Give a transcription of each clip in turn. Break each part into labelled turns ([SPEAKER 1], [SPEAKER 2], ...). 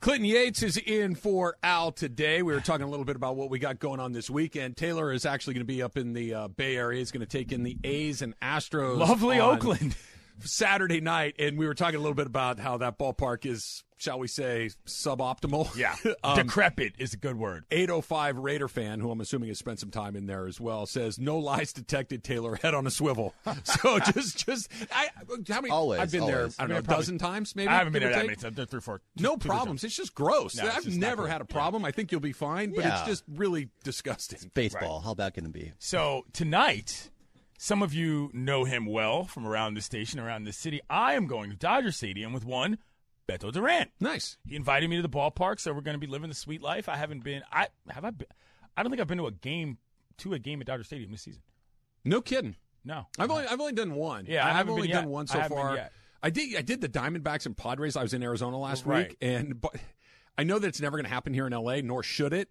[SPEAKER 1] Clinton Yates is in for Al today. We were talking a little bit about what we got going on this weekend. Taylor is actually going to be up in the uh, Bay Area. He's going to take in the A's and Astros.
[SPEAKER 2] Lovely
[SPEAKER 1] on
[SPEAKER 2] Oakland.
[SPEAKER 1] Saturday night, and we were talking a little bit about how that ballpark is, shall we say, suboptimal.
[SPEAKER 2] Yeah.
[SPEAKER 1] um,
[SPEAKER 2] Decrepit is a good word.
[SPEAKER 1] 805 Raider fan, who I'm assuming has spent some time in there as well, says no lies detected. Taylor head on a swivel. So just, just I, how many?
[SPEAKER 3] Always,
[SPEAKER 1] I've been
[SPEAKER 3] always.
[SPEAKER 1] there. I don't know, a dozen times maybe.
[SPEAKER 2] I haven't been
[SPEAKER 1] give
[SPEAKER 2] there
[SPEAKER 1] or take.
[SPEAKER 2] that many times. I've been through four.
[SPEAKER 1] No
[SPEAKER 2] two- two
[SPEAKER 1] problems.
[SPEAKER 2] times.
[SPEAKER 1] It's just gross.
[SPEAKER 2] No, it's
[SPEAKER 1] I've
[SPEAKER 2] just not
[SPEAKER 1] never
[SPEAKER 2] good.
[SPEAKER 1] had a problem. I think you'll be fine, but it's
[SPEAKER 3] Yeah.
[SPEAKER 1] just really disgusting.
[SPEAKER 3] Baseball. How bad can it be?
[SPEAKER 2] So tonight, some of you know him well from around the station, around the city. I am going to Dodger Stadium with one Beto Durant.
[SPEAKER 1] Nice.
[SPEAKER 2] He invited me to the ballpark, so we're going to be living the sweet life. I haven't been. I have I been. I don't think I've been to a game to a game at Dodger Stadium this season.
[SPEAKER 1] No kidding.
[SPEAKER 2] No,
[SPEAKER 1] I've only I've only done one.
[SPEAKER 2] Yeah, I
[SPEAKER 1] I've
[SPEAKER 2] haven't
[SPEAKER 1] only
[SPEAKER 2] been
[SPEAKER 1] done
[SPEAKER 2] yet.
[SPEAKER 1] one
[SPEAKER 2] I
[SPEAKER 1] so
[SPEAKER 2] haven't been
[SPEAKER 1] far.
[SPEAKER 2] yet.
[SPEAKER 1] I did I did the Diamondbacks and Padres. I was in Arizona last
[SPEAKER 2] Right.
[SPEAKER 1] week, and but I know that it's never going to happen here in L.A. Nor should it.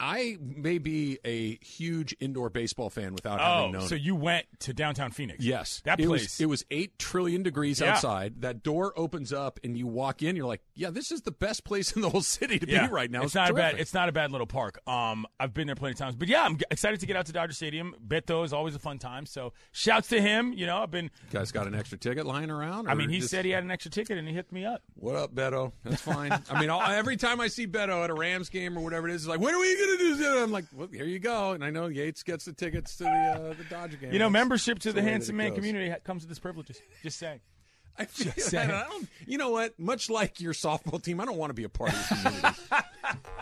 [SPEAKER 1] I may be a huge indoor baseball fan without having
[SPEAKER 2] Oh,
[SPEAKER 1] known.
[SPEAKER 2] so
[SPEAKER 1] it.
[SPEAKER 2] you went to downtown Phoenix?
[SPEAKER 1] Yes,
[SPEAKER 2] that
[SPEAKER 1] it
[SPEAKER 2] place.
[SPEAKER 1] Was, it was eight trillion degrees
[SPEAKER 2] Yeah.
[SPEAKER 1] outside. That door opens up, and you walk in. You're like, yeah, this is the best place in the whole city to be right now.
[SPEAKER 2] It's, not a bad.
[SPEAKER 1] terrific.
[SPEAKER 2] It's not a bad little park. Um, I've been there plenty of times, but yeah, I'm g- excited to get out to Dodger Stadium. Beto is always a fun time. So shouts to him. You know, I've been.
[SPEAKER 1] You guys got an extra ticket lying around?
[SPEAKER 2] I
[SPEAKER 1] or
[SPEAKER 2] mean, he
[SPEAKER 1] just-
[SPEAKER 2] said he had an extra ticket and he hooked me up.
[SPEAKER 1] What up, Beto? That's fine. I mean, all, every time I see Beto at a Rams game or whatever it is, it's like, when are we going to do this? I'm like, well, here you go. And I know Yates gets the tickets to the uh, the Dodger game.
[SPEAKER 2] You know,
[SPEAKER 1] That's-
[SPEAKER 2] membership to
[SPEAKER 1] that's
[SPEAKER 2] the
[SPEAKER 1] way
[SPEAKER 2] handsome
[SPEAKER 1] that it
[SPEAKER 2] man
[SPEAKER 1] goes.
[SPEAKER 2] community ha- comes with its privileges. Just saying.
[SPEAKER 1] I feel
[SPEAKER 2] Just
[SPEAKER 1] that.
[SPEAKER 2] saying.
[SPEAKER 1] I don't. You know what? Much like your softball team, I don't want to be a part of the community.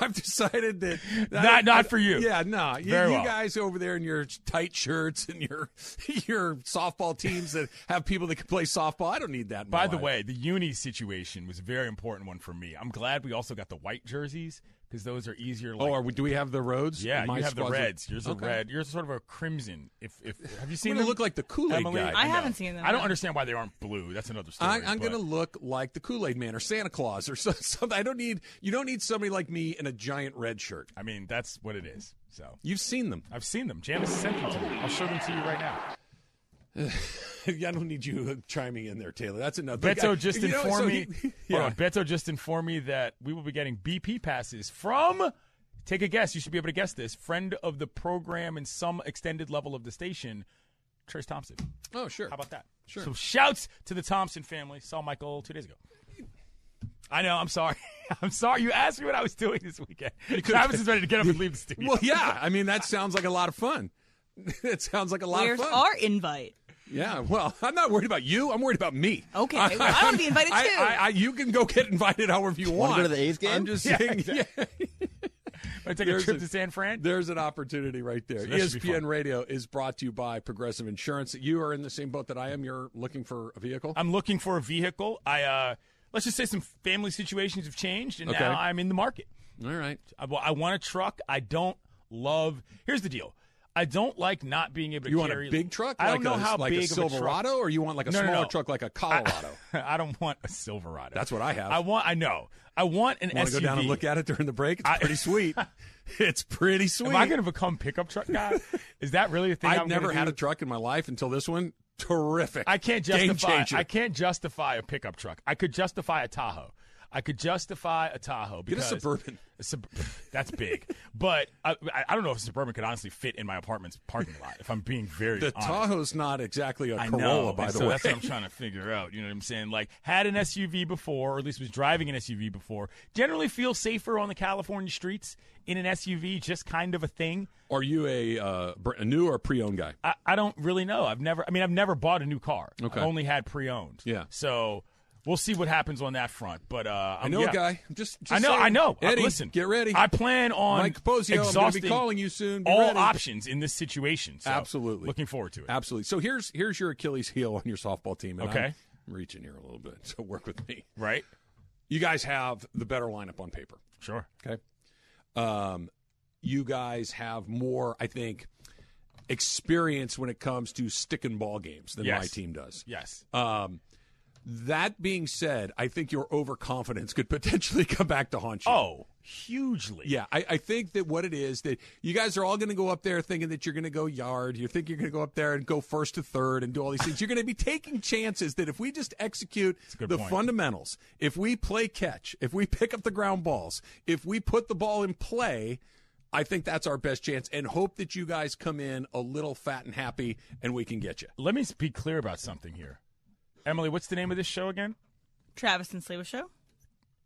[SPEAKER 1] I've decided that, that
[SPEAKER 2] Not- not for you.
[SPEAKER 1] Yeah, no. You,
[SPEAKER 2] Very
[SPEAKER 1] you
[SPEAKER 2] well.
[SPEAKER 1] guys over there in your tight shirts and your your softball teams that have people that can play softball. I don't need that. in my
[SPEAKER 2] By the
[SPEAKER 1] life.
[SPEAKER 2] way, the uni situation was a very important one for me. I'm glad we also got the white jerseys because those are easier. Like,
[SPEAKER 1] oh, are we, do we have the roads?
[SPEAKER 2] yeah,
[SPEAKER 1] My
[SPEAKER 2] you have the
[SPEAKER 1] squad's a-
[SPEAKER 2] reds. Yours
[SPEAKER 1] Okay.
[SPEAKER 2] a red. Yours is sort of a crimson. If if have you
[SPEAKER 1] I'm
[SPEAKER 2] seen
[SPEAKER 1] gonna
[SPEAKER 2] them?
[SPEAKER 1] look like the Kool Aid
[SPEAKER 2] Emily?
[SPEAKER 1] guy.
[SPEAKER 4] I
[SPEAKER 2] No.
[SPEAKER 4] haven't seen them,
[SPEAKER 2] I don't
[SPEAKER 4] no.
[SPEAKER 2] understand why they aren't blue. That's another story.
[SPEAKER 1] I, I'm
[SPEAKER 2] but-
[SPEAKER 1] going to look like the Kool Aid Man or Santa Claus or so- something. I don't need you. Don't need somebody like me in a giant red shirt.
[SPEAKER 2] I mean, that's what it is. So
[SPEAKER 1] You've seen them.
[SPEAKER 2] I've seen them. Janice sent them to me. I'll show them to you right now.
[SPEAKER 1] I don't need you chiming in there, Taylor. That's enough.
[SPEAKER 2] Beto just
[SPEAKER 1] You know,
[SPEAKER 2] informed
[SPEAKER 1] so
[SPEAKER 2] me.
[SPEAKER 1] he-
[SPEAKER 2] hold
[SPEAKER 1] yeah.
[SPEAKER 2] on, Beto just informed me that we will be getting BP passes from. Take a guess. You should be able to guess this. Friend of the program and some extended level of the station, Trace Thompson.
[SPEAKER 1] Oh, sure.
[SPEAKER 2] How about that?
[SPEAKER 1] Sure.
[SPEAKER 2] So shouts to the Thompson family. Saw Michael two days ago. I know. I'm sorry. I'm sorry. You asked me what I was doing this weekend. Travis is ready to get up and leave the studio.
[SPEAKER 1] Well, yeah. I mean, that sounds like a lot of fun. It sounds like a lot
[SPEAKER 4] Where's
[SPEAKER 1] of fun.
[SPEAKER 4] our invite?
[SPEAKER 1] yeah. Well, I'm not worried about you. I'm worried about me.
[SPEAKER 4] Okay, well, I wanna be invited,
[SPEAKER 1] I-
[SPEAKER 4] too.
[SPEAKER 1] I, I, you can go get invited however you want.
[SPEAKER 3] Wanna go to the A's game?
[SPEAKER 1] I'm just saying. yeah.
[SPEAKER 2] I take a
[SPEAKER 1] there's
[SPEAKER 2] trip
[SPEAKER 1] a-
[SPEAKER 2] to San Fran.
[SPEAKER 1] There's an opportunity right there. E
[SPEAKER 2] that should be
[SPEAKER 1] ESPN
[SPEAKER 2] fun.
[SPEAKER 1] Radio is brought to you by Progressive Insurance. You are in the same boat that I am. You're looking for a vehicle.
[SPEAKER 2] I'm looking for a vehicle. I uh, let's just say some family situations have changed, and
[SPEAKER 1] Okay.
[SPEAKER 2] now I'm in the market.
[SPEAKER 1] All right.
[SPEAKER 2] I, well, I want a truck. I don't love. Here's the deal. I don't like not being able to.
[SPEAKER 1] You want
[SPEAKER 2] carry,
[SPEAKER 1] a big truck?
[SPEAKER 2] I
[SPEAKER 1] like
[SPEAKER 2] don't know
[SPEAKER 1] a,
[SPEAKER 2] how
[SPEAKER 1] like
[SPEAKER 2] big
[SPEAKER 1] a Silverado,
[SPEAKER 2] of
[SPEAKER 1] or you want like a
[SPEAKER 2] No, no,
[SPEAKER 1] smaller
[SPEAKER 2] no.
[SPEAKER 1] truck like a Colorado?
[SPEAKER 2] a truck. I don't want a Silverado.
[SPEAKER 1] That's what I have.
[SPEAKER 2] I want. I know. I want an
[SPEAKER 1] Want
[SPEAKER 2] SUV.
[SPEAKER 1] to go down and look at it during the break? It's pretty sweet. it's pretty sweet.
[SPEAKER 2] Am I going to become pickup truck guy? Is that really a thing?
[SPEAKER 1] I've
[SPEAKER 2] I'm
[SPEAKER 1] never
[SPEAKER 2] gonna
[SPEAKER 1] had
[SPEAKER 2] do?
[SPEAKER 1] a truck in my life until this one. Terrific.
[SPEAKER 2] I can't
[SPEAKER 1] Game
[SPEAKER 2] justify.
[SPEAKER 1] changer.
[SPEAKER 2] I can't justify a pickup truck. I could justify a Tahoe. I could justify a Tahoe
[SPEAKER 1] Get a
[SPEAKER 2] because
[SPEAKER 1] Suburban.
[SPEAKER 2] a sub- that's big, but I, I- I don't know if a Suburban could honestly fit in my apartment's parking lot. If I'm being very
[SPEAKER 1] the
[SPEAKER 2] honest.
[SPEAKER 1] Tahoe's not exactly a
[SPEAKER 2] I
[SPEAKER 1] Corolla,
[SPEAKER 2] know,
[SPEAKER 1] by
[SPEAKER 2] and
[SPEAKER 1] the
[SPEAKER 2] so
[SPEAKER 1] way.
[SPEAKER 2] that's what I'm trying to figure out. You know what I'm saying? Like, had an SUV before, or at least was driving an SUV before. Generally, feel safer on the California streets in an SUV. Just kind of a thing.
[SPEAKER 1] Are you a, uh, br- a new or pre-owned guy?
[SPEAKER 2] I, I don't really know. I've never. I mean, I've never bought a new car.
[SPEAKER 1] Okay.
[SPEAKER 2] I've only had pre-owned.
[SPEAKER 1] Yeah.
[SPEAKER 2] So we'll see what happens on that front. But uh,
[SPEAKER 1] I know a guy. Just, just
[SPEAKER 2] I know.
[SPEAKER 1] saying.
[SPEAKER 2] I know. I-
[SPEAKER 1] Eddie,
[SPEAKER 2] Listen,
[SPEAKER 1] get ready.
[SPEAKER 2] I plan on
[SPEAKER 1] Mike Posio, I'm gonna be
[SPEAKER 2] exhausting
[SPEAKER 1] calling you soon. Be
[SPEAKER 2] all
[SPEAKER 1] ready.
[SPEAKER 2] options in this situation. So
[SPEAKER 1] Absolutely.
[SPEAKER 2] Looking forward to it.
[SPEAKER 1] Absolutely. So here's here's your Achilles heel on your softball team. and
[SPEAKER 2] Okay.
[SPEAKER 1] I'm, I'm reaching here a little bit, so work with me.
[SPEAKER 2] right.
[SPEAKER 1] You guys have the better lineup on paper.
[SPEAKER 2] Sure.
[SPEAKER 1] Okay. Um, you guys have more, I think, experience when it comes to stick and ball games than my
[SPEAKER 2] Yes.
[SPEAKER 1] team does.
[SPEAKER 2] Yes.
[SPEAKER 1] Um, That being said, I think your overconfidence could potentially come back to haunt you.
[SPEAKER 2] Oh, hugely.
[SPEAKER 1] Yeah, I, I think that what it is that you guys are all going to go up there thinking that you're going to go yard. You think you're going to go up there and go first to third and do all these things. You're going to be taking chances that if we just execute
[SPEAKER 2] good
[SPEAKER 1] the
[SPEAKER 2] point.
[SPEAKER 1] fundamentals, if we play catch, if we pick up the ground balls, if we put the ball in play, I think that's our best chance and hope that you guys come in a little fat and happy and we can get you.
[SPEAKER 2] Let me be clear about something here. Emily, what's the name of this show again?
[SPEAKER 4] Travis and Sleva Show.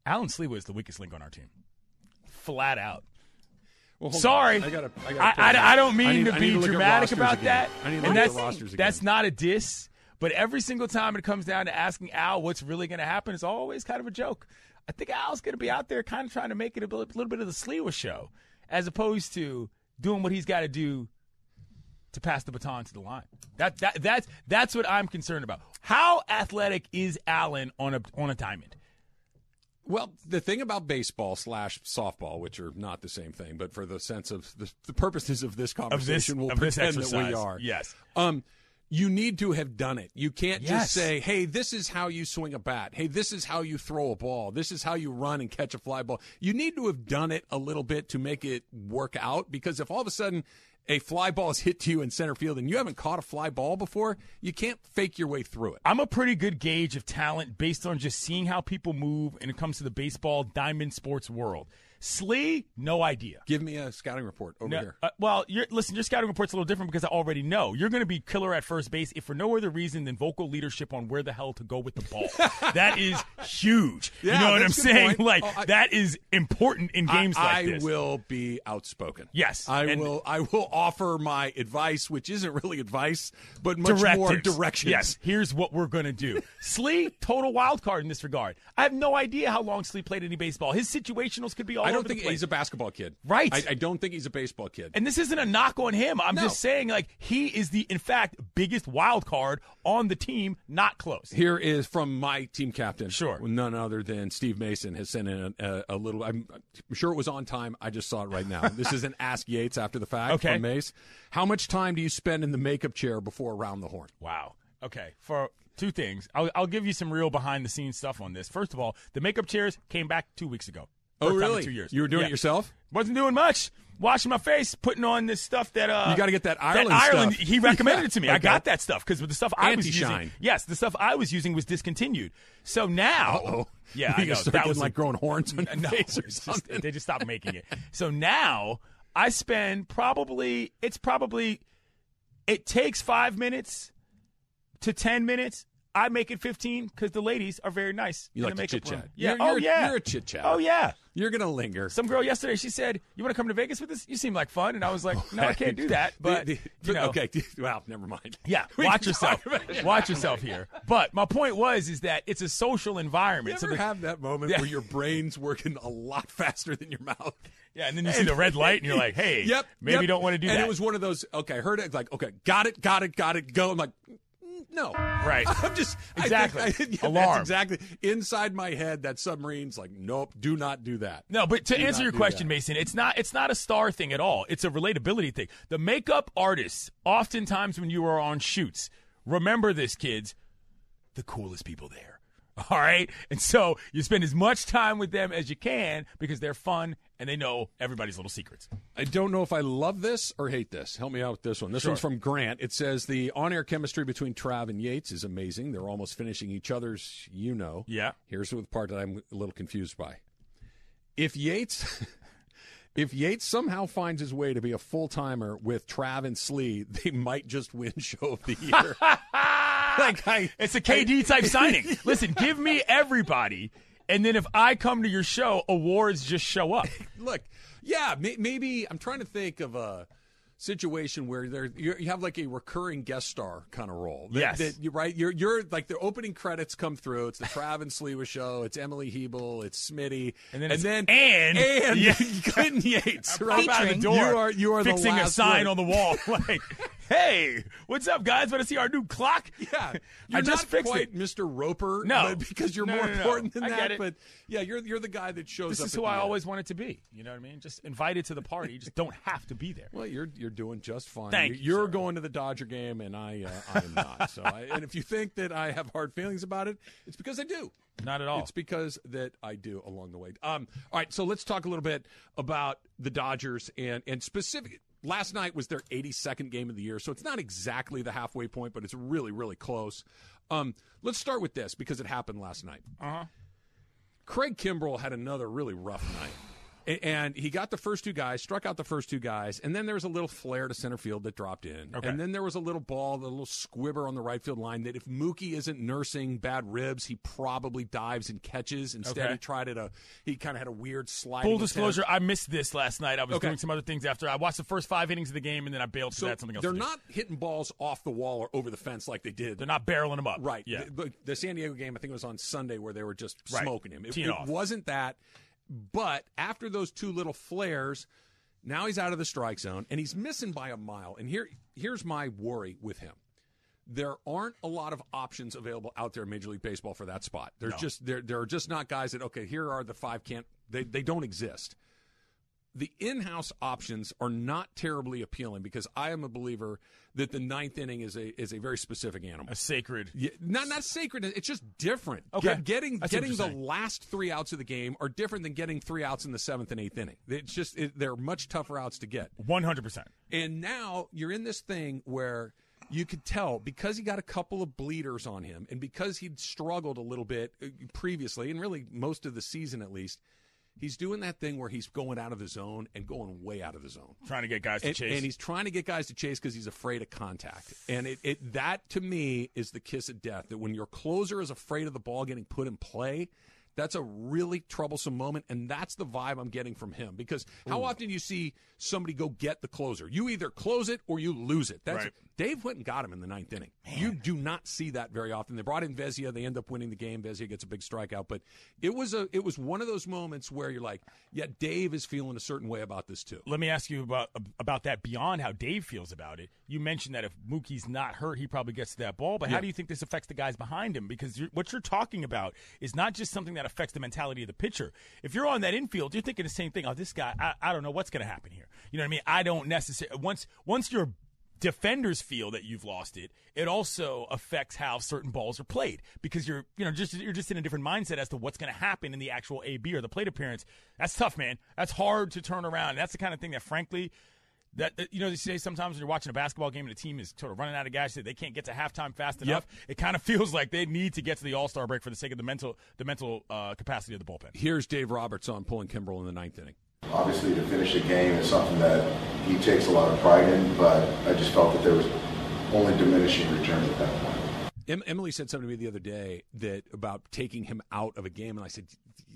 [SPEAKER 2] Alan Slewa is the weakest link on our team. Flat out.
[SPEAKER 1] Well, hold
[SPEAKER 2] Sorry,
[SPEAKER 1] on. I, gotta, I, gotta
[SPEAKER 2] I,
[SPEAKER 1] play
[SPEAKER 2] I- I don't
[SPEAKER 1] this.
[SPEAKER 2] mean
[SPEAKER 1] I need- I
[SPEAKER 2] to
[SPEAKER 1] need
[SPEAKER 2] be
[SPEAKER 1] look at
[SPEAKER 2] dramatic
[SPEAKER 1] rosters
[SPEAKER 2] about
[SPEAKER 1] again.
[SPEAKER 2] that.
[SPEAKER 1] I need to
[SPEAKER 2] and
[SPEAKER 1] look at
[SPEAKER 2] that's
[SPEAKER 1] the rosters again.
[SPEAKER 2] that's not a diss. But every single time it comes down to asking Al what's really going to happen, it's always kind of a joke. I think Al's going to be out there kind of trying to make it a bit- little bit of the Slewa show, as opposed to doing what he's got to do to pass the baton to the line. That that that's that's what I'm concerned about. How athletic is Allen on a on a diamond?
[SPEAKER 1] Well, the thing about baseball slash softball, which are not the same thing, but for the sense of the, the purposes of this
[SPEAKER 2] Of this,
[SPEAKER 1] conversation, we'll
[SPEAKER 2] of this
[SPEAKER 1] pretend that
[SPEAKER 2] exercise,
[SPEAKER 1] we are.
[SPEAKER 2] yes.
[SPEAKER 1] Um, you need to have done it. You can't
[SPEAKER 2] Yes.
[SPEAKER 1] just say, "Hey, this is how you swing a bat. Hey, this is how you throw a ball. This is how you run and catch a fly ball." You need to have done it a little bit to make it work out. Because if all of a sudden a fly ball is hit to you in center field and you haven't caught a fly ball before, you can't fake your way through it.
[SPEAKER 2] I'm a pretty good gauge of talent based on just seeing how people move when it comes to the baseball diamond sports world. Slee, no idea.
[SPEAKER 1] Give me a scouting report over
[SPEAKER 2] No,
[SPEAKER 1] here.
[SPEAKER 2] uh, well, you're, listen, your scouting report's a little different because I already know you're going to be killer at first base if for no other reason than vocal leadership on where the hell to go with the ball. that is huge. you
[SPEAKER 1] Yeah,
[SPEAKER 2] know what I'm
[SPEAKER 1] that's a good
[SPEAKER 2] saying?
[SPEAKER 1] point.
[SPEAKER 2] Like
[SPEAKER 1] Oh, I-
[SPEAKER 2] that is important in games
[SPEAKER 1] I,
[SPEAKER 2] like
[SPEAKER 1] I
[SPEAKER 2] this.
[SPEAKER 1] will be outspoken.
[SPEAKER 2] Yes,
[SPEAKER 1] I
[SPEAKER 2] and-
[SPEAKER 1] will. I will offer my advice, which isn't really advice, but much more directions.
[SPEAKER 2] Yes, here's what we're gonna do. Slee, total wild card in this regard. I have no idea how long Slee played any baseball. His situationals could be all
[SPEAKER 1] I don't
[SPEAKER 2] over the
[SPEAKER 1] think
[SPEAKER 2] place.
[SPEAKER 1] he's a basketball kid.
[SPEAKER 2] Right.
[SPEAKER 1] I, I don't think he's a baseball kid.
[SPEAKER 2] and this isn't a knock on him. I'm
[SPEAKER 1] No.
[SPEAKER 2] just saying, like, he is the, in fact, biggest wild card on the team, not close.
[SPEAKER 1] Here is from my team captain.
[SPEAKER 2] Sure.
[SPEAKER 1] None other than Steve Mason has sent in a, a, a little. I'm, I'm sure it was on time. I just saw it right now. this is an Ask Yates after the fact
[SPEAKER 2] Okay.
[SPEAKER 1] from Mace. How much time do you spend in the makeup chair before around the horn?
[SPEAKER 2] Wow. Okay. For two things, I'll, I'll give you some real behind the scenes stuff on this. First of all, the makeup chairs came back two weeks ago.
[SPEAKER 1] Oh,
[SPEAKER 2] First time in
[SPEAKER 1] really?
[SPEAKER 2] two years.
[SPEAKER 1] You were doing
[SPEAKER 2] Yeah.
[SPEAKER 1] it yourself?
[SPEAKER 2] Wasn't doing much. Washing my face, putting on this stuff that uh,
[SPEAKER 1] You gotta get that Ireland
[SPEAKER 2] Ireland,
[SPEAKER 1] stuff.
[SPEAKER 2] he recommended it to me. I
[SPEAKER 1] Okay.
[SPEAKER 2] got that stuff because the stuff I was using,
[SPEAKER 1] Anti-shine.
[SPEAKER 2] yes, the stuff I was using was discontinued. So now,
[SPEAKER 1] Oh,
[SPEAKER 2] yeah,
[SPEAKER 1] you
[SPEAKER 2] I know
[SPEAKER 1] start
[SPEAKER 2] that
[SPEAKER 1] getting,
[SPEAKER 2] was
[SPEAKER 1] like growing horns on your
[SPEAKER 2] no,
[SPEAKER 1] face or
[SPEAKER 2] it's just-
[SPEAKER 1] something.
[SPEAKER 2] they just stopped making it. So now I spend probably it's probably it takes five minutes to ten minutes. I make it fifteen because the ladies are very nice.
[SPEAKER 1] You
[SPEAKER 2] in
[SPEAKER 1] like
[SPEAKER 2] the
[SPEAKER 1] to
[SPEAKER 2] makeup
[SPEAKER 1] chit-chat.
[SPEAKER 2] room. Yeah.
[SPEAKER 1] You're-
[SPEAKER 2] oh
[SPEAKER 1] you're-
[SPEAKER 2] yeah.
[SPEAKER 1] you're a chit-chatter.
[SPEAKER 2] Oh yeah.
[SPEAKER 1] You're gonna linger.
[SPEAKER 2] Some girl yesterday, she said, "You want to come to Vegas with us? You seem like fun." And I was like, "No, I can't do that." But
[SPEAKER 1] The- the-
[SPEAKER 2] you know,
[SPEAKER 1] okay, well, never mind.
[SPEAKER 2] yeah,
[SPEAKER 1] We
[SPEAKER 2] watch
[SPEAKER 1] can
[SPEAKER 2] yourself.
[SPEAKER 1] talk about it.
[SPEAKER 2] Watch yourself here. But my point was is that it's a social environment.
[SPEAKER 1] You
[SPEAKER 2] so
[SPEAKER 1] ever
[SPEAKER 2] the-
[SPEAKER 1] have that moment
[SPEAKER 2] Yeah.
[SPEAKER 1] where your brain's working a lot faster than your mouth?
[SPEAKER 2] yeah, and then you see the red light, and you're like, "Hey,
[SPEAKER 1] Yep.
[SPEAKER 2] maybe
[SPEAKER 1] yep.
[SPEAKER 2] don't want to do
[SPEAKER 1] and
[SPEAKER 2] that."
[SPEAKER 1] it was one of those. Okay, I heard it. Like, okay, got it, got it, got it. Go. I'm like, mm, no,
[SPEAKER 2] Right.
[SPEAKER 1] I'm just I think-
[SPEAKER 2] Exactly.
[SPEAKER 1] I think- yeah,
[SPEAKER 2] Alarm.
[SPEAKER 1] That's exactly inside my head. That submarine's like, nope, do not do that.
[SPEAKER 2] No, but to answer
[SPEAKER 1] not
[SPEAKER 2] your
[SPEAKER 1] do
[SPEAKER 2] question,
[SPEAKER 1] that.
[SPEAKER 2] Mason, it's not it's not a star thing at all. It's a relatability thing. The makeup artists, oftentimes when you are on shoots, remember this, kids, the coolest people there. All right, and so you spend as much time with them as you can because they're fun and they know everybody's little secrets.
[SPEAKER 1] I don't know if I love this or hate this. Help me out with this one. This one's from Grant. It says the on-air chemistry between Trav and Yates is amazing. They're almost finishing each other's. You know.
[SPEAKER 2] Yeah.
[SPEAKER 1] Here's the part that I'm a little confused by. If Yates, if Yates somehow finds his way to be a full timer with Trav and Slee, they might just win Show of the Year. like I,
[SPEAKER 2] It's a KD type signing. Listen, give me everybody, and then if I come to your show, awards just show up.
[SPEAKER 1] look, yeah, may, maybe I'm trying to think of a situation where there you you have like a recurring guest star kind of role. That,
[SPEAKER 2] Yes.
[SPEAKER 1] that you right. You're you're like the opening credits come through. It's the Trav and Slewa show. It's Emily Hebel. It's Smitty.
[SPEAKER 2] And then
[SPEAKER 1] and
[SPEAKER 2] it's-
[SPEAKER 1] then
[SPEAKER 2] and-
[SPEAKER 1] and
[SPEAKER 2] yeah.
[SPEAKER 1] Clinton Yates.
[SPEAKER 2] Pop
[SPEAKER 1] Right
[SPEAKER 2] out of the door.
[SPEAKER 1] You are you are the
[SPEAKER 2] fixing a
[SPEAKER 1] last
[SPEAKER 2] sign
[SPEAKER 1] word.
[SPEAKER 2] on the wall. Like hey, what's up, guys? Want to see our new clock?
[SPEAKER 1] Yeah,
[SPEAKER 2] I
[SPEAKER 1] you're
[SPEAKER 2] just
[SPEAKER 1] not
[SPEAKER 2] fixed
[SPEAKER 1] quite
[SPEAKER 2] it.
[SPEAKER 1] Mr. Roper,
[SPEAKER 2] No.
[SPEAKER 1] but because you're
[SPEAKER 2] No,
[SPEAKER 1] more
[SPEAKER 2] no, no.
[SPEAKER 1] important than
[SPEAKER 2] I
[SPEAKER 1] that.
[SPEAKER 2] get it.
[SPEAKER 1] But yeah, you're you're the guy that shows
[SPEAKER 2] This
[SPEAKER 1] up.
[SPEAKER 2] is
[SPEAKER 1] at
[SPEAKER 2] who
[SPEAKER 1] the
[SPEAKER 2] I
[SPEAKER 1] end.
[SPEAKER 2] always wanted to be. You know what I mean? Just invited to the party. You just don't have to be there.
[SPEAKER 1] Well, you're you're doing just fine.
[SPEAKER 2] Thank you,
[SPEAKER 1] You're
[SPEAKER 2] sir.
[SPEAKER 1] going to the Dodger game, and I uh, I am not. So, I, and if you think that I have hard feelings about it, it's because I do.
[SPEAKER 2] Not at all.
[SPEAKER 1] It's because that I do along the way. Um, all right, so let's talk a little bit about the Dodgers and and specific. Last night was their 82nd game of the year, so it's not exactly the halfway point, but it's really really close. Um, let's start with this because it happened last night. Craig Kimbrell had another really rough night. A- And he got the first two guys, struck out the first two guys, and then there was a little flare to center field that dropped in.
[SPEAKER 2] Okay.
[SPEAKER 1] And then there was a little ball, a little squibber on the right field line that if Mookie isn't nursing bad ribs, he probably dives and catches. Instead,
[SPEAKER 2] Okay.
[SPEAKER 1] he tried it a he kind of had a weird slide.
[SPEAKER 2] Full disclosure, I missed this last night. I was
[SPEAKER 1] Okay.
[SPEAKER 2] doing some other things after. I watched the first five innings of the game, and then I bailed because
[SPEAKER 1] So
[SPEAKER 2] I had something else
[SPEAKER 1] they're
[SPEAKER 2] to do.
[SPEAKER 1] not hitting balls off the wall or over the fence like they did
[SPEAKER 2] They're not barreling them up.
[SPEAKER 1] Right.
[SPEAKER 2] Yeah.
[SPEAKER 1] The, the- the San Diego game, I think it was on Sunday where they were just
[SPEAKER 2] Right.
[SPEAKER 1] smoking him. It,
[SPEAKER 2] Teeing
[SPEAKER 1] it
[SPEAKER 2] off.
[SPEAKER 1] wasn't that. But after those two little flares, now he's out of the strike zone and he's missing by a mile. And here, here's my worry with him. There aren't a lot of options available out there in Major League Baseball for that spot. There's just there there are just not guys that okay, here are the five can't they they don't exist the in-house options are not terribly appealing because I am a believer that the ninth inning is a is a very specific animal.
[SPEAKER 2] A sacred.
[SPEAKER 1] Yeah, not not sacred. It's just different.
[SPEAKER 2] Okay.
[SPEAKER 1] Get- getting
[SPEAKER 2] That's what
[SPEAKER 1] getting
[SPEAKER 2] you're
[SPEAKER 1] the
[SPEAKER 2] saying.
[SPEAKER 1] last three outs of the game are different than getting three outs in the seventh and eighth inning. It's just it, they're much tougher outs to get.
[SPEAKER 2] 100%.
[SPEAKER 1] And now you're in this thing where you could tell because he got a couple of bleeders on him and because he'd struggled a little bit uh, previously and really most of the season at least, he's doing that thing where he's going out of the zone and going way out of the zone.
[SPEAKER 2] Trying to get guys to
[SPEAKER 1] And,
[SPEAKER 2] chase.
[SPEAKER 1] and he's trying to get guys to chase because he's afraid of contact. And it, it that to me is the kiss of death. That when your closer is afraid of the ball getting put in play, that's a really troublesome moment. And that's the vibe I'm getting from him. Because how often do you see somebody go get the closer? You either close it or you lose it. That's
[SPEAKER 2] Right.
[SPEAKER 1] Dave went and got him in the ninth inning. You do not see that very often. They brought in Vezia. They end up winning the game. Vezia gets a big strikeout, but it was a it was one of those moments where you're like, yeah, Dave is feeling a certain way about this too.
[SPEAKER 2] Let me ask you about about that beyond how Dave feels about it. You mentioned that if Mookie's not hurt, he probably gets to that ball. But how do you think this affects the guys behind him? Because you're, what you're talking about is not just something that affects the mentality of the pitcher. If you're on that infield, you're thinking the same thing. Oh, this guy, I, I don't know what's going to happen here. You know what I mean? I don't necessarily once once your defenders feel that you've lost it it also affects how certain balls are played because you're you know just you're just in a different mindset as to what's going to happen in the actual AB or the plate appearance that's tough man that's hard to turn around that's the kind of thing that frankly that that- you know they say sometimes when you're watching a basketball game and the team is sort of running out of guys that they can't get to halftime fast enough it kind of feels like they need to get to the all-star break for the sake of the mental the mental uh, capacity of the bullpen
[SPEAKER 1] Here's Dave Roberts on pulling Kimbrell in the ninth inning.
[SPEAKER 5] Obviously, to finish a game is something that he takes a lot of pride in, but I just felt that there was only diminishing returns at that point.
[SPEAKER 1] Em- Emily said something to me the other day that about taking him out of a game, and I said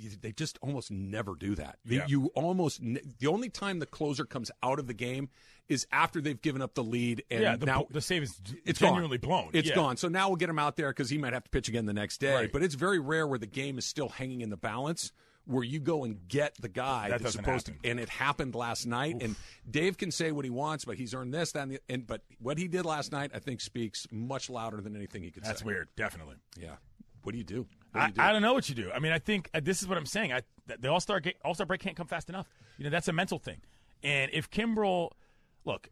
[SPEAKER 1] "Y- they just almost never do that. They-
[SPEAKER 2] Yeah.
[SPEAKER 1] You almost ne- the only time the closer comes out of the game is after they've given up the lead, and
[SPEAKER 2] yeah the,
[SPEAKER 1] now
[SPEAKER 2] the save is
[SPEAKER 1] it's
[SPEAKER 2] genuinely
[SPEAKER 1] gone.
[SPEAKER 2] blown
[SPEAKER 1] It's
[SPEAKER 2] Yeah.
[SPEAKER 1] gone. So now we'll get him out there because he might have to pitch again the next day.
[SPEAKER 2] Right.
[SPEAKER 1] But it's very rare where the game is still hanging in the balance. Where you go and get the guy
[SPEAKER 2] That
[SPEAKER 1] that's
[SPEAKER 2] doesn't
[SPEAKER 1] supposed
[SPEAKER 2] happen.
[SPEAKER 1] to, and it happened last night. And Dave can say what he wants, but he's earned this, that, and, the, and but what he did last night, I think, speaks much louder than anything he could
[SPEAKER 2] that's
[SPEAKER 1] say.
[SPEAKER 2] weird definitely
[SPEAKER 1] Yeah. What do you do? What do
[SPEAKER 2] I,
[SPEAKER 1] you do?
[SPEAKER 2] I don't know what you do. I mean, I think uh, this is what I'm saying. I, th- the All Star All Star break can't come fast enough. You know, that's a mental thing. And if Kimbrel, look,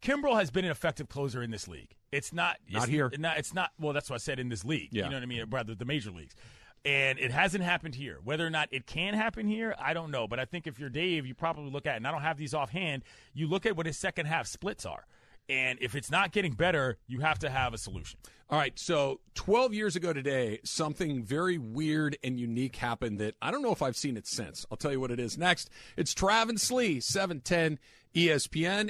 [SPEAKER 2] Kimbrel has been an effective closer in this league. It's not
[SPEAKER 1] Not
[SPEAKER 2] it's,
[SPEAKER 1] here.
[SPEAKER 2] Not, it's not. Well, that's what I said in this league.
[SPEAKER 1] Yeah.
[SPEAKER 2] You know what I mean? Rather the major leagues. And it hasn't happened here. Whether or not it can happen here, I don't know. But I think if you're Dave, you probably look at, and I don't have these offhand. You look at what his second half splits are, and if it's not getting better, you have to have a solution.
[SPEAKER 1] All right. So 12 years ago today, something very weird and unique happened that I don't know if I've seen it since. I'll tell you what it is next. It's Travis Slee, 710 ESPN.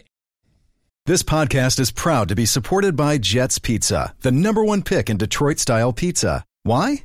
[SPEAKER 6] This podcast is proud to be supported by Jets Pizza, the number one pick in Detroit style pizza. Why?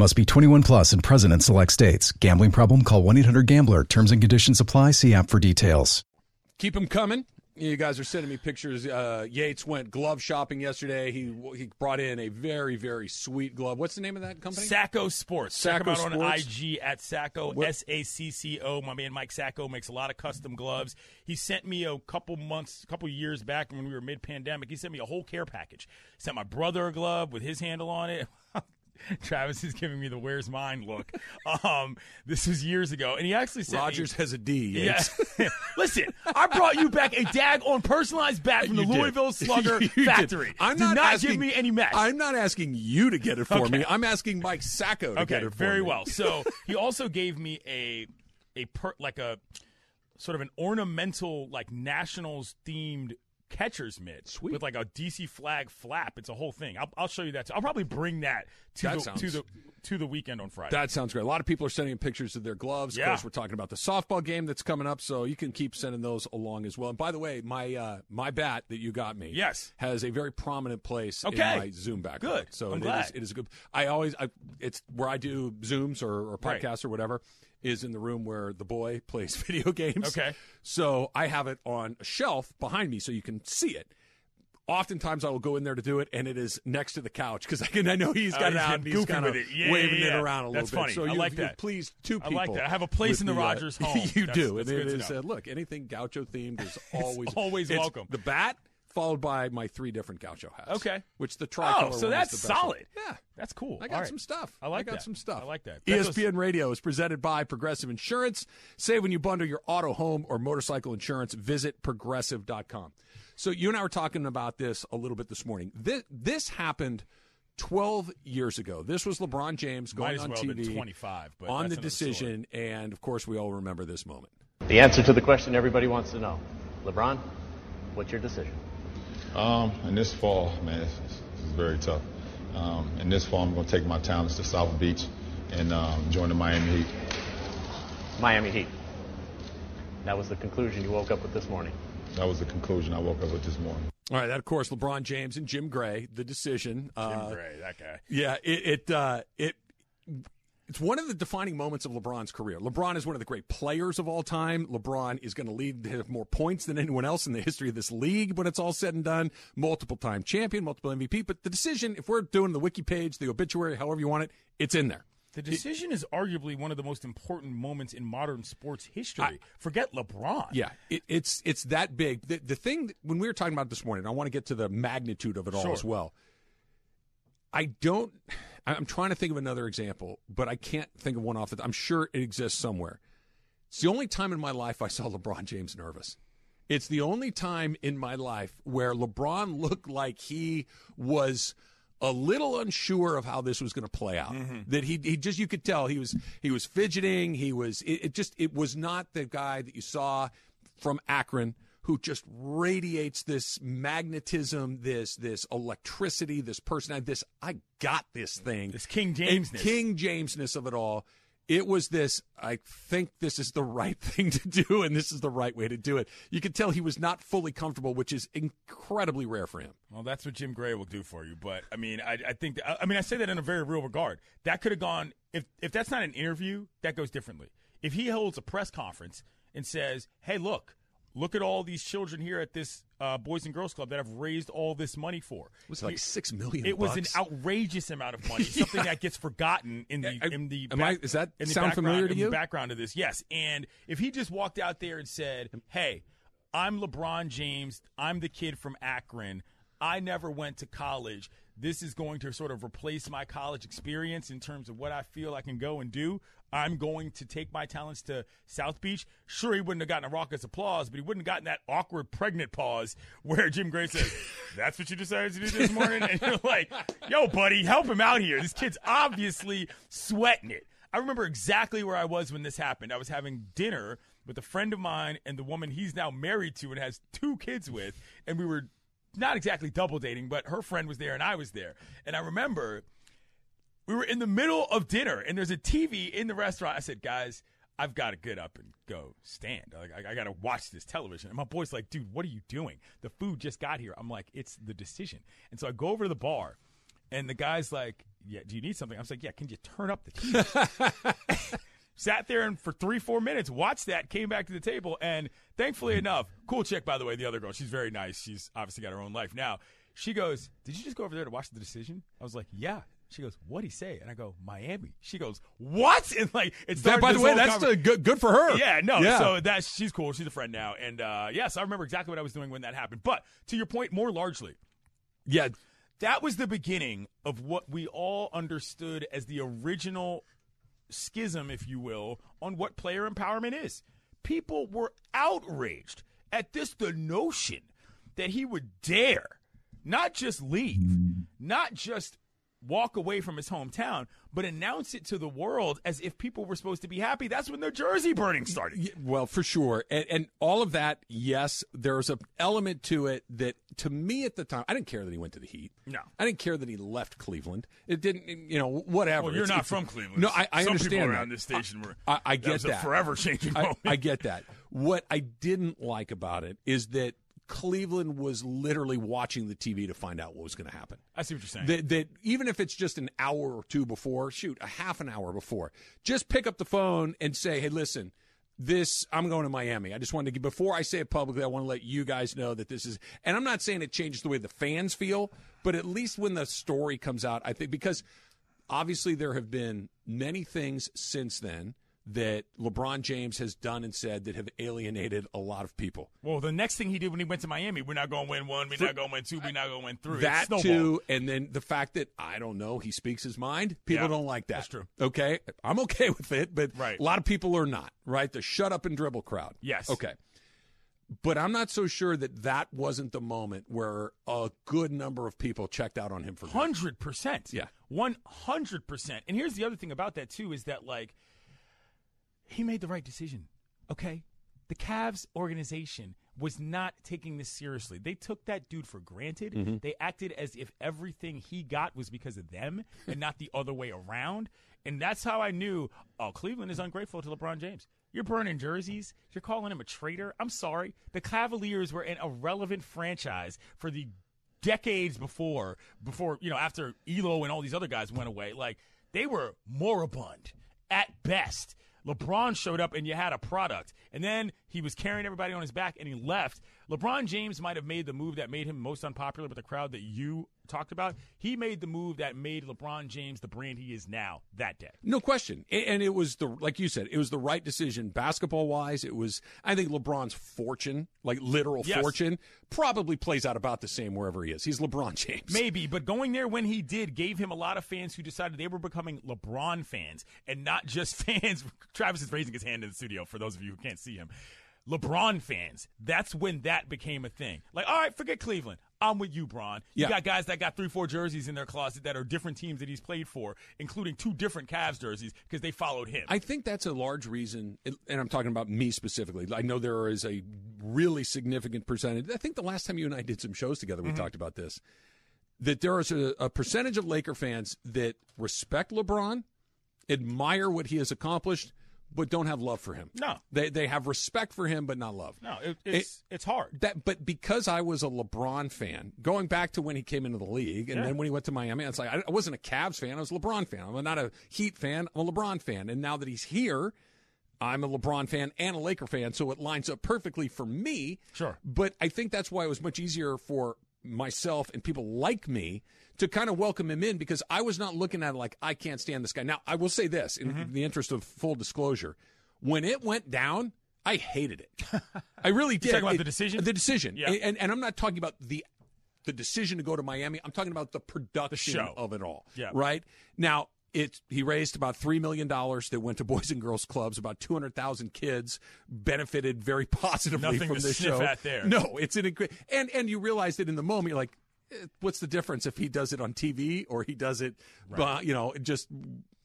[SPEAKER 6] Must be 21 plus and present in select states. Gambling problem? Call 1 800 Gambler. Terms and conditions apply. See app for details.
[SPEAKER 1] Keep them coming. You guys are sending me pictures. Uh, Yates went glove shopping yesterday. He he brought in a very very sweet glove. What's the name of that company?
[SPEAKER 2] Sacco Sports. Check
[SPEAKER 1] Sacco
[SPEAKER 2] him out on
[SPEAKER 1] Sports.
[SPEAKER 2] IG at Sacco,
[SPEAKER 1] What-
[SPEAKER 2] S A C C O. My man Mike Sacco makes a lot of custom gloves. He sent me a couple months, a couple years back when we were mid pandemic, he sent me a whole care package. Sent my brother a glove with his handle on it. Travis is giving me the where's mine look. um, this was years ago. And he actually sent me-
[SPEAKER 1] Rogers has a D. Yates.
[SPEAKER 2] Yeah. Listen, I brought you back a dag on personalized bat from the
[SPEAKER 1] You did.
[SPEAKER 2] Louisville Slugger
[SPEAKER 1] You did.
[SPEAKER 2] factory.
[SPEAKER 1] I'm
[SPEAKER 2] Do
[SPEAKER 1] not,
[SPEAKER 2] not
[SPEAKER 1] asking,
[SPEAKER 2] give me any mess.
[SPEAKER 1] I'm not asking you to get it for me. I'm asking Mike Sacco to
[SPEAKER 2] okay,
[SPEAKER 1] get it for
[SPEAKER 2] very
[SPEAKER 1] me.
[SPEAKER 2] well. So he also gave me a a per, like a sort of an ornamental like Nationals themed catcher's mitt
[SPEAKER 1] Sweet.
[SPEAKER 2] with like a DC flag flap. It's a whole thing. I'll, I'll show you that. Too. I'll probably bring that to
[SPEAKER 1] That
[SPEAKER 2] the,
[SPEAKER 1] sounds-
[SPEAKER 2] to the to the weekend on Friday.
[SPEAKER 1] That sounds great. A lot of people are sending pictures of their gloves. Of
[SPEAKER 2] Yeah.
[SPEAKER 1] course, we're talking about the softball game that's coming up, so you can keep sending those along as well. And by the way, my uh, my bat that you got me,
[SPEAKER 2] Yes.
[SPEAKER 1] has a very prominent place
[SPEAKER 2] Okay.
[SPEAKER 1] in my Zoom background.
[SPEAKER 2] Good.
[SPEAKER 1] So
[SPEAKER 2] I'm
[SPEAKER 1] it
[SPEAKER 2] glad.
[SPEAKER 1] is- it is a good. I always, I, it's where I do Zooms or, or
[SPEAKER 2] Right.
[SPEAKER 1] podcasts or whatever. Is in the room where the boy plays video games.
[SPEAKER 2] Okay.
[SPEAKER 1] So I have it on a shelf behind me so you can see it. Oftentimes I will go in there to do it, and it is next to the couch because I can. I know he's
[SPEAKER 2] Oh,
[SPEAKER 1] got it
[SPEAKER 2] he's
[SPEAKER 1] out
[SPEAKER 2] getting
[SPEAKER 1] and he's
[SPEAKER 2] goofy
[SPEAKER 1] kind of
[SPEAKER 2] with it. Yeah,
[SPEAKER 1] waving
[SPEAKER 2] yeah,
[SPEAKER 1] it
[SPEAKER 2] yeah.
[SPEAKER 1] around a
[SPEAKER 2] That's
[SPEAKER 1] little
[SPEAKER 2] funny.
[SPEAKER 1] bit. So
[SPEAKER 2] I
[SPEAKER 1] you,
[SPEAKER 2] like
[SPEAKER 1] you
[SPEAKER 2] that.
[SPEAKER 1] please two
[SPEAKER 2] I
[SPEAKER 1] people.
[SPEAKER 2] like that. I have a place
[SPEAKER 1] with
[SPEAKER 2] in the Rogers
[SPEAKER 1] uh,
[SPEAKER 2] home.
[SPEAKER 1] You
[SPEAKER 2] That's-
[SPEAKER 1] do.
[SPEAKER 2] that's
[SPEAKER 1] and
[SPEAKER 2] good
[SPEAKER 1] it
[SPEAKER 2] to
[SPEAKER 1] is
[SPEAKER 2] know.
[SPEAKER 1] uh, look anything gaucho themed is always
[SPEAKER 2] always
[SPEAKER 1] it's
[SPEAKER 2] welcome.
[SPEAKER 1] The bat followed by my three different gaucho hats.
[SPEAKER 2] Okay.
[SPEAKER 1] which the
[SPEAKER 2] oh,
[SPEAKER 1] tricolor.
[SPEAKER 2] so
[SPEAKER 1] one
[SPEAKER 2] that's
[SPEAKER 1] is the best one.
[SPEAKER 2] solid.
[SPEAKER 1] Yeah.
[SPEAKER 2] that's cool.
[SPEAKER 1] I got
[SPEAKER 2] All right.
[SPEAKER 1] some stuff.
[SPEAKER 2] I like
[SPEAKER 1] got
[SPEAKER 2] that.
[SPEAKER 1] some stuff. E
[SPEAKER 2] I like that. That goes-
[SPEAKER 1] ESPN Radio is presented by Progressive Insurance. Say when you bundle your auto, home, or motorcycle insurance, visit progressive.com. So you and I were talking about this a little bit this morning. This, this happened 12 years ago. This was LeBron James going
[SPEAKER 2] Might as
[SPEAKER 1] on
[SPEAKER 2] well have
[SPEAKER 1] TV
[SPEAKER 2] been 25, but
[SPEAKER 1] on
[SPEAKER 2] that's
[SPEAKER 1] the
[SPEAKER 2] another story.
[SPEAKER 1] decision, and of course we all remember this moment.
[SPEAKER 7] The answer to the question everybody wants to know. LeBron, what's your decision?
[SPEAKER 8] Um, and this fall, man, it's, it's- it's very tough. Um, and this fall, I'm going to take my talents to South Beach and um, join the Miami Heat.
[SPEAKER 7] Miami Heat. That was the conclusion you woke up with this morning.
[SPEAKER 8] That was the conclusion I woke up with this morning.
[SPEAKER 1] All right, that of course LeBron James and Jim Gray, the decision. uh, Jim
[SPEAKER 2] Tim Gray, that guy.
[SPEAKER 1] Yeah, it it uh, it it's one of the defining moments of LeBron's career. LeBron is one of the great players of all time. LeBron is going to lead to have more points than anyone else in the history of this league when it's all said and done. Multiple time champion, multiple MVP. But the decision, if we're doing the wiki page, the obituary, however you want it, it's in there.
[SPEAKER 2] The decision is arguably one of the most important moments in modern sports history. Forget LeBron.
[SPEAKER 1] Yeah, it, it's it's that big. The, the thing that- when we were talking about this morning, I want to get to the magnitude of it all
[SPEAKER 2] Sure.
[SPEAKER 1] as well. I don't. I- I'm trying to think of another example, but I can't think of one off. The, I'm sure it exists somewhere. It's the only time in my life I saw LeBron James nervous. It's the only time in my life where LeBron looked like he was a little unsure of how this was going to play out.
[SPEAKER 2] Mm-hmm.
[SPEAKER 1] That he he just you could tell he was he was fidgeting. He was it, it just it was not the guy that you saw from Akron who just radiates this magnetism, this this electricity, this personality, this I got this thing,
[SPEAKER 2] This King Jamesness.
[SPEAKER 1] And King Jamesness of it all. It was this. I think this is the right thing to do, and this is the right way to do it. You could tell he was not fully comfortable, which is incredibly rare for him.
[SPEAKER 2] Well, that's what Jim Gray will do for you. But I mean, I, I think that, I mean I say that in a very real regard. That could have gone if if that's not an interview, that goes differently. If he holds a press conference and says, "Hey, look, look at all these children here at this uh, Boys and Girls Club that I've raised all this money for."
[SPEAKER 1] Was it like
[SPEAKER 2] He-
[SPEAKER 1] six million?
[SPEAKER 2] It was an
[SPEAKER 1] bucks?
[SPEAKER 2] outrageous amount of money, something that gets forgotten in the
[SPEAKER 1] I-
[SPEAKER 2] in the.
[SPEAKER 1] am I- does that
[SPEAKER 2] in the
[SPEAKER 1] sound
[SPEAKER 2] background-
[SPEAKER 1] familiar to
[SPEAKER 2] in the
[SPEAKER 1] you?
[SPEAKER 2] background of this, yes. And if he just walked out there and said, "Hey, I'm LeBron James. I'm the kid from Akron. I never went to college. This is going to sort of replace my college experience in terms of what I feel I can go and do." I'm going to take my talents to South Beach. Sure, he wouldn't have gotten a raucous applause, but he wouldn't have gotten that awkward pregnant pause where Jim Gray says, That's what you decided to do this morning? And you're like, Yo, buddy, help him out here. This kid's obviously sweating it. I remember exactly where I was when this happened. I was having dinner with a friend of mine and the woman he's now married to and has two kids with, and we were not exactly double dating, but her friend was there and I was there. And I remember we were in the middle of dinner and there's a TV in the restaurant. I said, guys, I've got to get up and go stand. Like, I, I got to watch this television. And my boy's like, dude, what are you doing? The food just got here. I'm like, it's the decision. And so I go over to the bar and the guy's like, yeah, do you need something? I was like, yeah, can you turn up the TV? Sat there and for three, four minutes, watched that, came back to the table, and thankfully
[SPEAKER 1] Mm-hmm.
[SPEAKER 2] enough, cool chick, by the way, the other girl, she's very nice. She's obviously got her own life now. She goes, Did you just go over there to watch the decision? I was like, Yeah. She goes, What'd he say? And I go, Miami. She goes, What? And like, it's
[SPEAKER 1] That, by the way, that's uh, good, good for her.
[SPEAKER 2] yeah, no. So that's she's cool. She's a friend now, and uh, yes, I remember exactly what I was doing when that happened. But to your point, more largely,
[SPEAKER 1] yeah,
[SPEAKER 2] that was the beginning of what we all understood as the original schism, if you will, on what player empowerment is. People were outraged at this the notion that he would dare not just leave, not just walk away from his hometown, but announce it to the world as if people were supposed to be happy. That's when their jersey burning started.
[SPEAKER 1] Y- Well, for sure. And, and all of that, yes, there's an element to it that to me at the time, I didn't care that he went to the Heat.
[SPEAKER 2] No.
[SPEAKER 1] I didn't care that he left Cleveland. It didn't, you know, whatever.
[SPEAKER 2] Well, you're
[SPEAKER 1] It's-
[SPEAKER 2] not
[SPEAKER 1] it's-
[SPEAKER 2] from Cleveland.
[SPEAKER 1] No, I, I
[SPEAKER 2] Some
[SPEAKER 1] understand.
[SPEAKER 2] people
[SPEAKER 1] that.
[SPEAKER 2] around this station were.
[SPEAKER 1] I, I
[SPEAKER 2] that
[SPEAKER 1] get
[SPEAKER 2] was a forever changing
[SPEAKER 1] I,
[SPEAKER 2] moment.
[SPEAKER 1] I get that. What I didn't like about it is that Cleveland was literally watching the TV to find out what was going to happen.
[SPEAKER 2] I see what you're saying.
[SPEAKER 1] That, that even if it's just an hour or two before, shoot, a half an hour before, just pick up the phone and say, "Hey, listen, this I'm going to Miami. I just wanted to before I say it publicly, I want to let you guys know that this is." And I'm not saying it changes the way the fans feel, but at least when the story comes out, I think because obviously there have been many things since then that LeBron James has done and said that have alienated a lot of people.
[SPEAKER 2] Well, the next thing he did when he went to Miami, we're not going to win one, we're not going to win two, we're not going to win three.
[SPEAKER 1] that
[SPEAKER 2] Snowball.
[SPEAKER 1] too, and then the fact that I don't know he speaks his mind. People
[SPEAKER 2] Yeah,
[SPEAKER 1] don't like that.
[SPEAKER 2] that's true.
[SPEAKER 1] Okay, I'm okay with it, but
[SPEAKER 2] Right.
[SPEAKER 1] a lot of people are not. Right, the shut up and dribble crowd.
[SPEAKER 2] Yes.
[SPEAKER 1] Okay. But I'm not so sure that that wasn't the moment where a good number of people checked out on him for good.
[SPEAKER 2] Hundred percent.
[SPEAKER 1] Yeah.
[SPEAKER 2] One hundred percent. And here's the other thing about that too is that like he made the right decision. Okay? The Cavs organization was not taking this seriously. They took that dude for granted. They acted as if everything he got was because of them and not the other way around. And that's how I knew, oh, Cleveland is ungrateful to LeBron James. You're burning jerseys. You're calling him a traitor. I'm sorry. The Cavaliers were an irrelevant franchise for the decades before before you know after Elo and all these other guys went away, like they were moribund at best. LeBron showed up and you had a product, and then he was carrying everybody on his back and he left. LeBron James might have made the move that made him most unpopular with the crowd that you talked about. He made the move that made LeBron James the brand he is now that day.
[SPEAKER 1] No question. A- And it was the like you said, it was the right decision basketball wise. It was I think LeBron's fortune, like literal
[SPEAKER 2] Yes.
[SPEAKER 1] fortune, probably plays out about the same wherever he is. He's LeBron James.
[SPEAKER 2] Maybe, but going there when he did gave him a lot of fans who decided they were becoming LeBron fans and not just fans. Travis is raising his hand in the studio for those of you who can't see him. LeBron fans. That's when that became a thing. Like, all right, forget Cleveland. I'm with you, Bron. You
[SPEAKER 1] Yeah.
[SPEAKER 2] got guys that got three, four jerseys in their closet that are different teams that he's played for, including two different Cavs jerseys because they followed him.
[SPEAKER 1] I think that's a large reason, and I'm talking about me specifically. I know there is a really significant percentage. I think the last time you and I did some shows together,
[SPEAKER 2] Mm-hmm.
[SPEAKER 1] we talked about this. That there is a, a percentage of Laker fans that respect LeBron, admire what he has accomplished, but don't have love for him.
[SPEAKER 2] No.
[SPEAKER 1] they they have respect for him, but not love.
[SPEAKER 2] no, it, it's it's hard.
[SPEAKER 1] That, but because I was a LeBron fan, going back to when he came into the league, and then when he went to Miami, it's like I, I wasn't a Cavs fan. I was a LeBron fan. I'm not a Heat fan. I'm a LeBron fan. And now that he's here, I'm a LeBron fan and a Laker fan, so it lines up perfectly for me.
[SPEAKER 2] Sure.
[SPEAKER 1] But I think that's why it was much easier for myself and people like me to kind of welcome him in because I was not looking at it like I can't stand this guy. Now I will say this in the interest of full disclosure, when it went down, I hated it. I really did.
[SPEAKER 2] talking about
[SPEAKER 1] It-
[SPEAKER 2] the decision?
[SPEAKER 1] The decision.
[SPEAKER 2] Yeah.
[SPEAKER 1] And, and I'm not talking about the the decision to go to Miami. I'm talking about the production
[SPEAKER 2] show.
[SPEAKER 1] of it all.
[SPEAKER 2] Yeah.
[SPEAKER 1] Right now, It he raised about three million dollars that went to Boys and Girls Clubs. About two hundred thousand kids benefited very positively
[SPEAKER 2] Nothing
[SPEAKER 1] from
[SPEAKER 2] to
[SPEAKER 1] this
[SPEAKER 2] sniff
[SPEAKER 1] show.
[SPEAKER 2] at there.
[SPEAKER 1] No, it's an incre- and and you realize that in the moment. You're like, eh, what's the difference if he does it on TV or he does it, bu- you know, it just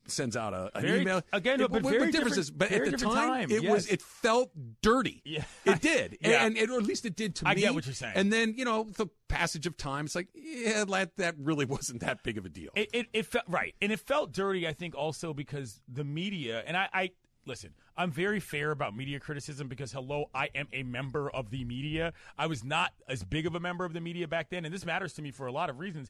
[SPEAKER 1] sends out a, an
[SPEAKER 2] Very-
[SPEAKER 1] email
[SPEAKER 2] again,
[SPEAKER 1] It-
[SPEAKER 2] but
[SPEAKER 1] what- what
[SPEAKER 2] very
[SPEAKER 1] difference
[SPEAKER 2] different-
[SPEAKER 1] is- But
[SPEAKER 2] very
[SPEAKER 1] at the
[SPEAKER 2] different
[SPEAKER 1] time,
[SPEAKER 2] time,
[SPEAKER 1] it was
[SPEAKER 2] yes.
[SPEAKER 1] it felt dirty.
[SPEAKER 2] Yeah.
[SPEAKER 1] it did,
[SPEAKER 2] Yeah.
[SPEAKER 1] and, and or at least it did to
[SPEAKER 2] I
[SPEAKER 1] me.
[SPEAKER 2] get what you're saying.
[SPEAKER 1] And then you know the passage of time, it's like yeah, that that really wasn't that big of a deal.
[SPEAKER 2] It, it, it felt right, and it felt dirty. I think also because the media and I, I listen. I'm very fair about media criticism because hello, I am a member of the media. I was not as big of a member of the media back then, and this matters to me for a lot of reasons.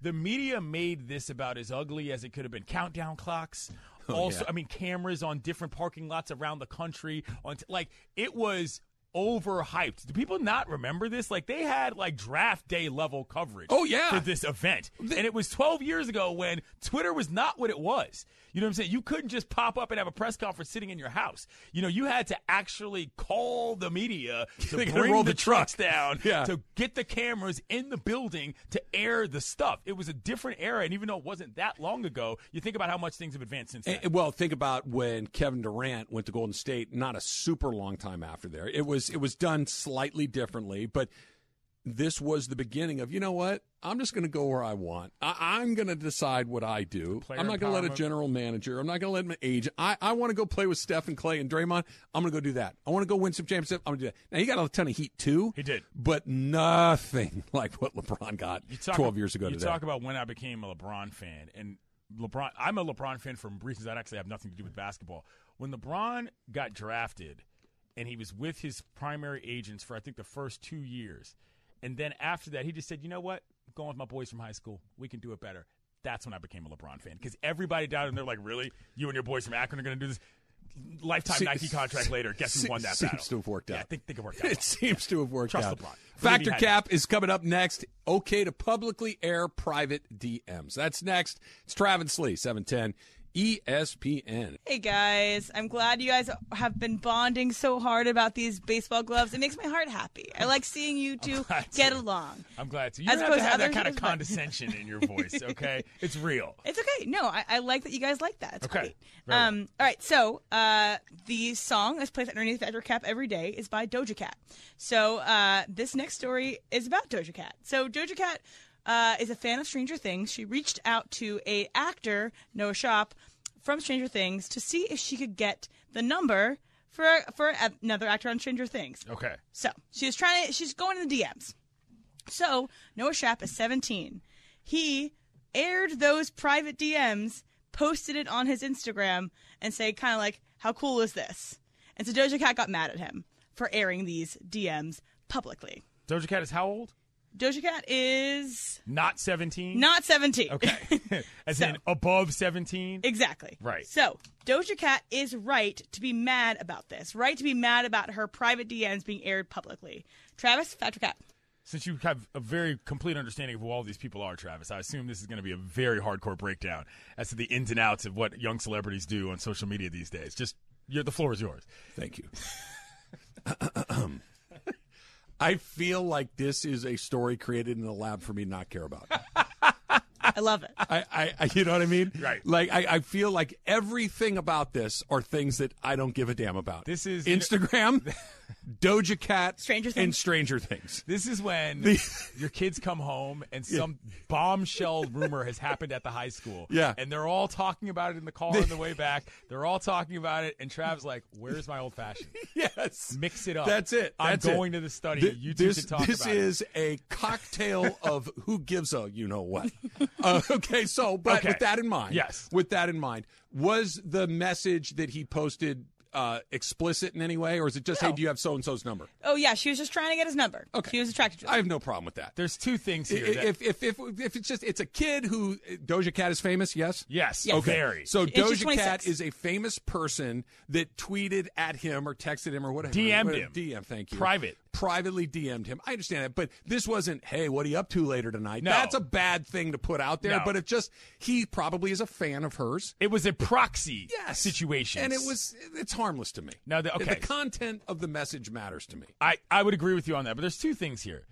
[SPEAKER 2] The media made this about as ugly as it could have been. Countdown clocks,
[SPEAKER 1] Oh,
[SPEAKER 2] also, I mean, cameras on different parking lots around the country. On t- like it was overhyped. Do people not remember this? Like they had like draft day level coverage.
[SPEAKER 1] Oh, yeah.
[SPEAKER 2] for this event. and it was 12 years ago when Twitter was not what it was. You know what I'm saying? You couldn't just pop up and have a press conference sitting in your house. You know, you had to actually call the media to
[SPEAKER 1] They gotta
[SPEAKER 2] bring
[SPEAKER 1] roll
[SPEAKER 2] the,
[SPEAKER 1] the truck.
[SPEAKER 2] trucks down,
[SPEAKER 1] Yeah.
[SPEAKER 2] to get the cameras in the building to air the stuff. It was a different era, and even though it wasn't that long ago, you think about how much things have advanced since then.
[SPEAKER 1] And- well, think about when Kevin Durant went to Golden State. Not a super long time after there. It was it was done slightly differently, but this was the beginning of you know what? I'm just going to go where I want. I, I'm going to decide what I do.
[SPEAKER 2] Player
[SPEAKER 1] I'm not going to let a
[SPEAKER 2] empowerment.
[SPEAKER 1] general manager. I'm not going to let an agent. I, I want to go play with Steph and Clay and Draymond. I'm going to go do that. I want to go win some championships. I'm going to do that. Now he got a ton of heat too.
[SPEAKER 2] He did.
[SPEAKER 1] but nothing like what LeBron got
[SPEAKER 2] You talk-
[SPEAKER 1] 12 years ago.
[SPEAKER 2] You
[SPEAKER 1] today.
[SPEAKER 2] talk about when I became a LeBron fan, and LeBron. I'm a LeBron fan for reasons that actually have nothing to do with basketball. When LeBron got drafted, and he was with his primary agents for I think the first two years, and then after that, he just said, "You know what? I'm going with my boys from high school. We can do it better." That's when I became a LeBron fan because everybody doubted him. They're like, "Really? You and your boys from Akron are going to do this?" Lifetime
[SPEAKER 1] Se-
[SPEAKER 2] Nike contract later. Guess
[SPEAKER 1] se-
[SPEAKER 2] who won that
[SPEAKER 1] seems
[SPEAKER 2] battle?
[SPEAKER 1] to have worked
[SPEAKER 2] Yeah,
[SPEAKER 1] out.
[SPEAKER 2] I think, think it worked out.
[SPEAKER 1] It
[SPEAKER 2] well.
[SPEAKER 1] seems to have worked
[SPEAKER 2] Trust
[SPEAKER 1] out.
[SPEAKER 2] LeBron. Believe he
[SPEAKER 1] Factor
[SPEAKER 2] had
[SPEAKER 1] Cap is coming up next. Okay to publicly air private DMs. That's next. It's Travis Lee, E 710 ESPN.
[SPEAKER 4] Hey guys, I'm glad you guys have been bonding so hard about these baseball gloves. It makes my heart happy. I like seeing you two
[SPEAKER 2] glad
[SPEAKER 4] get
[SPEAKER 2] to.
[SPEAKER 4] along.
[SPEAKER 2] I'm glad to. You
[SPEAKER 4] As
[SPEAKER 2] don't have to
[SPEAKER 4] opposed to
[SPEAKER 2] have that
[SPEAKER 4] others,
[SPEAKER 2] kind
[SPEAKER 4] it
[SPEAKER 2] of
[SPEAKER 4] was fun.
[SPEAKER 2] condescension in your voice, okay? It's real.
[SPEAKER 4] It's okay. No, I, I like that you guys like that. It's
[SPEAKER 2] Okay.
[SPEAKER 4] great.
[SPEAKER 2] Very well.
[SPEAKER 4] Um, all right. So uh, the song that's placed underneath Factor Cap every day is by Doja Cat. So uh, this next story is about Doja Cat. So Doja Cat uh, is a fan of Stranger Things. She reached out to a actor Noah Shop from Stranger Things to see if she could get the number for for another actor on Stranger Things.
[SPEAKER 2] Okay.
[SPEAKER 4] So she's trying to, she's going in the DMs. So Noah Schapp is 17. He aired those private DMs, posted it on his Instagram, and said, kind of like, how cool is this? And so Doja Cat got mad at him for airing these DMs publicly.
[SPEAKER 2] Doja Cat is how old?
[SPEAKER 4] Doja Cat is
[SPEAKER 2] Not 17?
[SPEAKER 4] not 17.
[SPEAKER 2] Okay. As in above 17?
[SPEAKER 4] Exactly.
[SPEAKER 2] Right.
[SPEAKER 4] So Doja Cat is right to be mad about this, right to be mad about her private DMs being aired publicly. Travis, Factor Cat.
[SPEAKER 2] Since you have a very complete understanding of who all these people are, Travis, I assume this is going to be a very hardcore breakdown as to the ins and outs of what young celebrities do on social media these days. Just, you the floor is yours.
[SPEAKER 1] Thank you. I feel like this is a story created in the lab for me to not care about.
[SPEAKER 4] I love it.
[SPEAKER 1] I, I, I you know what I mean?
[SPEAKER 2] Right.
[SPEAKER 1] Like I, I feel like everything about this are things that I don't give a damn about.
[SPEAKER 2] This is-
[SPEAKER 1] Instagram, Doja Cat,
[SPEAKER 4] Stranger
[SPEAKER 1] and
[SPEAKER 4] Things.
[SPEAKER 1] Stranger Things.
[SPEAKER 2] This is when your kids come home and some bombshell rumor has happened at the high school.
[SPEAKER 1] Yeah.
[SPEAKER 2] And they're all talking about it in the car on the way back. They're all talking about it. And Travis like, where's my old fashioned?
[SPEAKER 1] Yes.
[SPEAKER 2] Mix it up.
[SPEAKER 1] That's it.
[SPEAKER 2] I'm
[SPEAKER 1] That's
[SPEAKER 2] going
[SPEAKER 1] it.
[SPEAKER 2] to the study.
[SPEAKER 1] Th-
[SPEAKER 2] you two
[SPEAKER 1] this,
[SPEAKER 2] can talk
[SPEAKER 1] this
[SPEAKER 2] about
[SPEAKER 1] is a cocktail of who gives a you know what. Uh, okay, so but
[SPEAKER 2] Okay.
[SPEAKER 1] with that in mind,
[SPEAKER 2] Yes.
[SPEAKER 1] with that in mind, was the message that he posted uh, explicit in any way, or is it just hey, do you have so and so's number?
[SPEAKER 4] Oh yeah, she was just trying to get his number.
[SPEAKER 1] Okay.
[SPEAKER 4] She was attracted to him.
[SPEAKER 1] I have no problem with that.
[SPEAKER 2] it. There's two things
[SPEAKER 1] I-
[SPEAKER 2] here. that-
[SPEAKER 1] if, if if if it's just it's a kid who uh, Doja Cat is famous, yes.
[SPEAKER 2] yes.
[SPEAKER 4] Yes.
[SPEAKER 2] Okay.
[SPEAKER 4] Okay.
[SPEAKER 2] Very.
[SPEAKER 1] So
[SPEAKER 4] It's just
[SPEAKER 1] Doja Cat
[SPEAKER 4] 26.
[SPEAKER 1] is a famous person that tweeted at him or texted him or whatever.
[SPEAKER 2] DM'd
[SPEAKER 1] Whatever.
[SPEAKER 2] him.
[SPEAKER 1] DM, thank you.
[SPEAKER 2] Private.
[SPEAKER 1] Privately DM'd him. I understand that, but this wasn't, hey, what are you up to later tonight?
[SPEAKER 2] No.
[SPEAKER 1] That's a bad thing to put out there,
[SPEAKER 2] No.
[SPEAKER 1] but it just, he probably is a fan of hers.
[SPEAKER 2] it was a proxy
[SPEAKER 1] Yes.
[SPEAKER 2] situation.
[SPEAKER 1] And it was, it's harmless to me.
[SPEAKER 2] Now the- okay.
[SPEAKER 1] The content of the message matters to me.
[SPEAKER 2] I, I would agree with you on that, but there's two things here.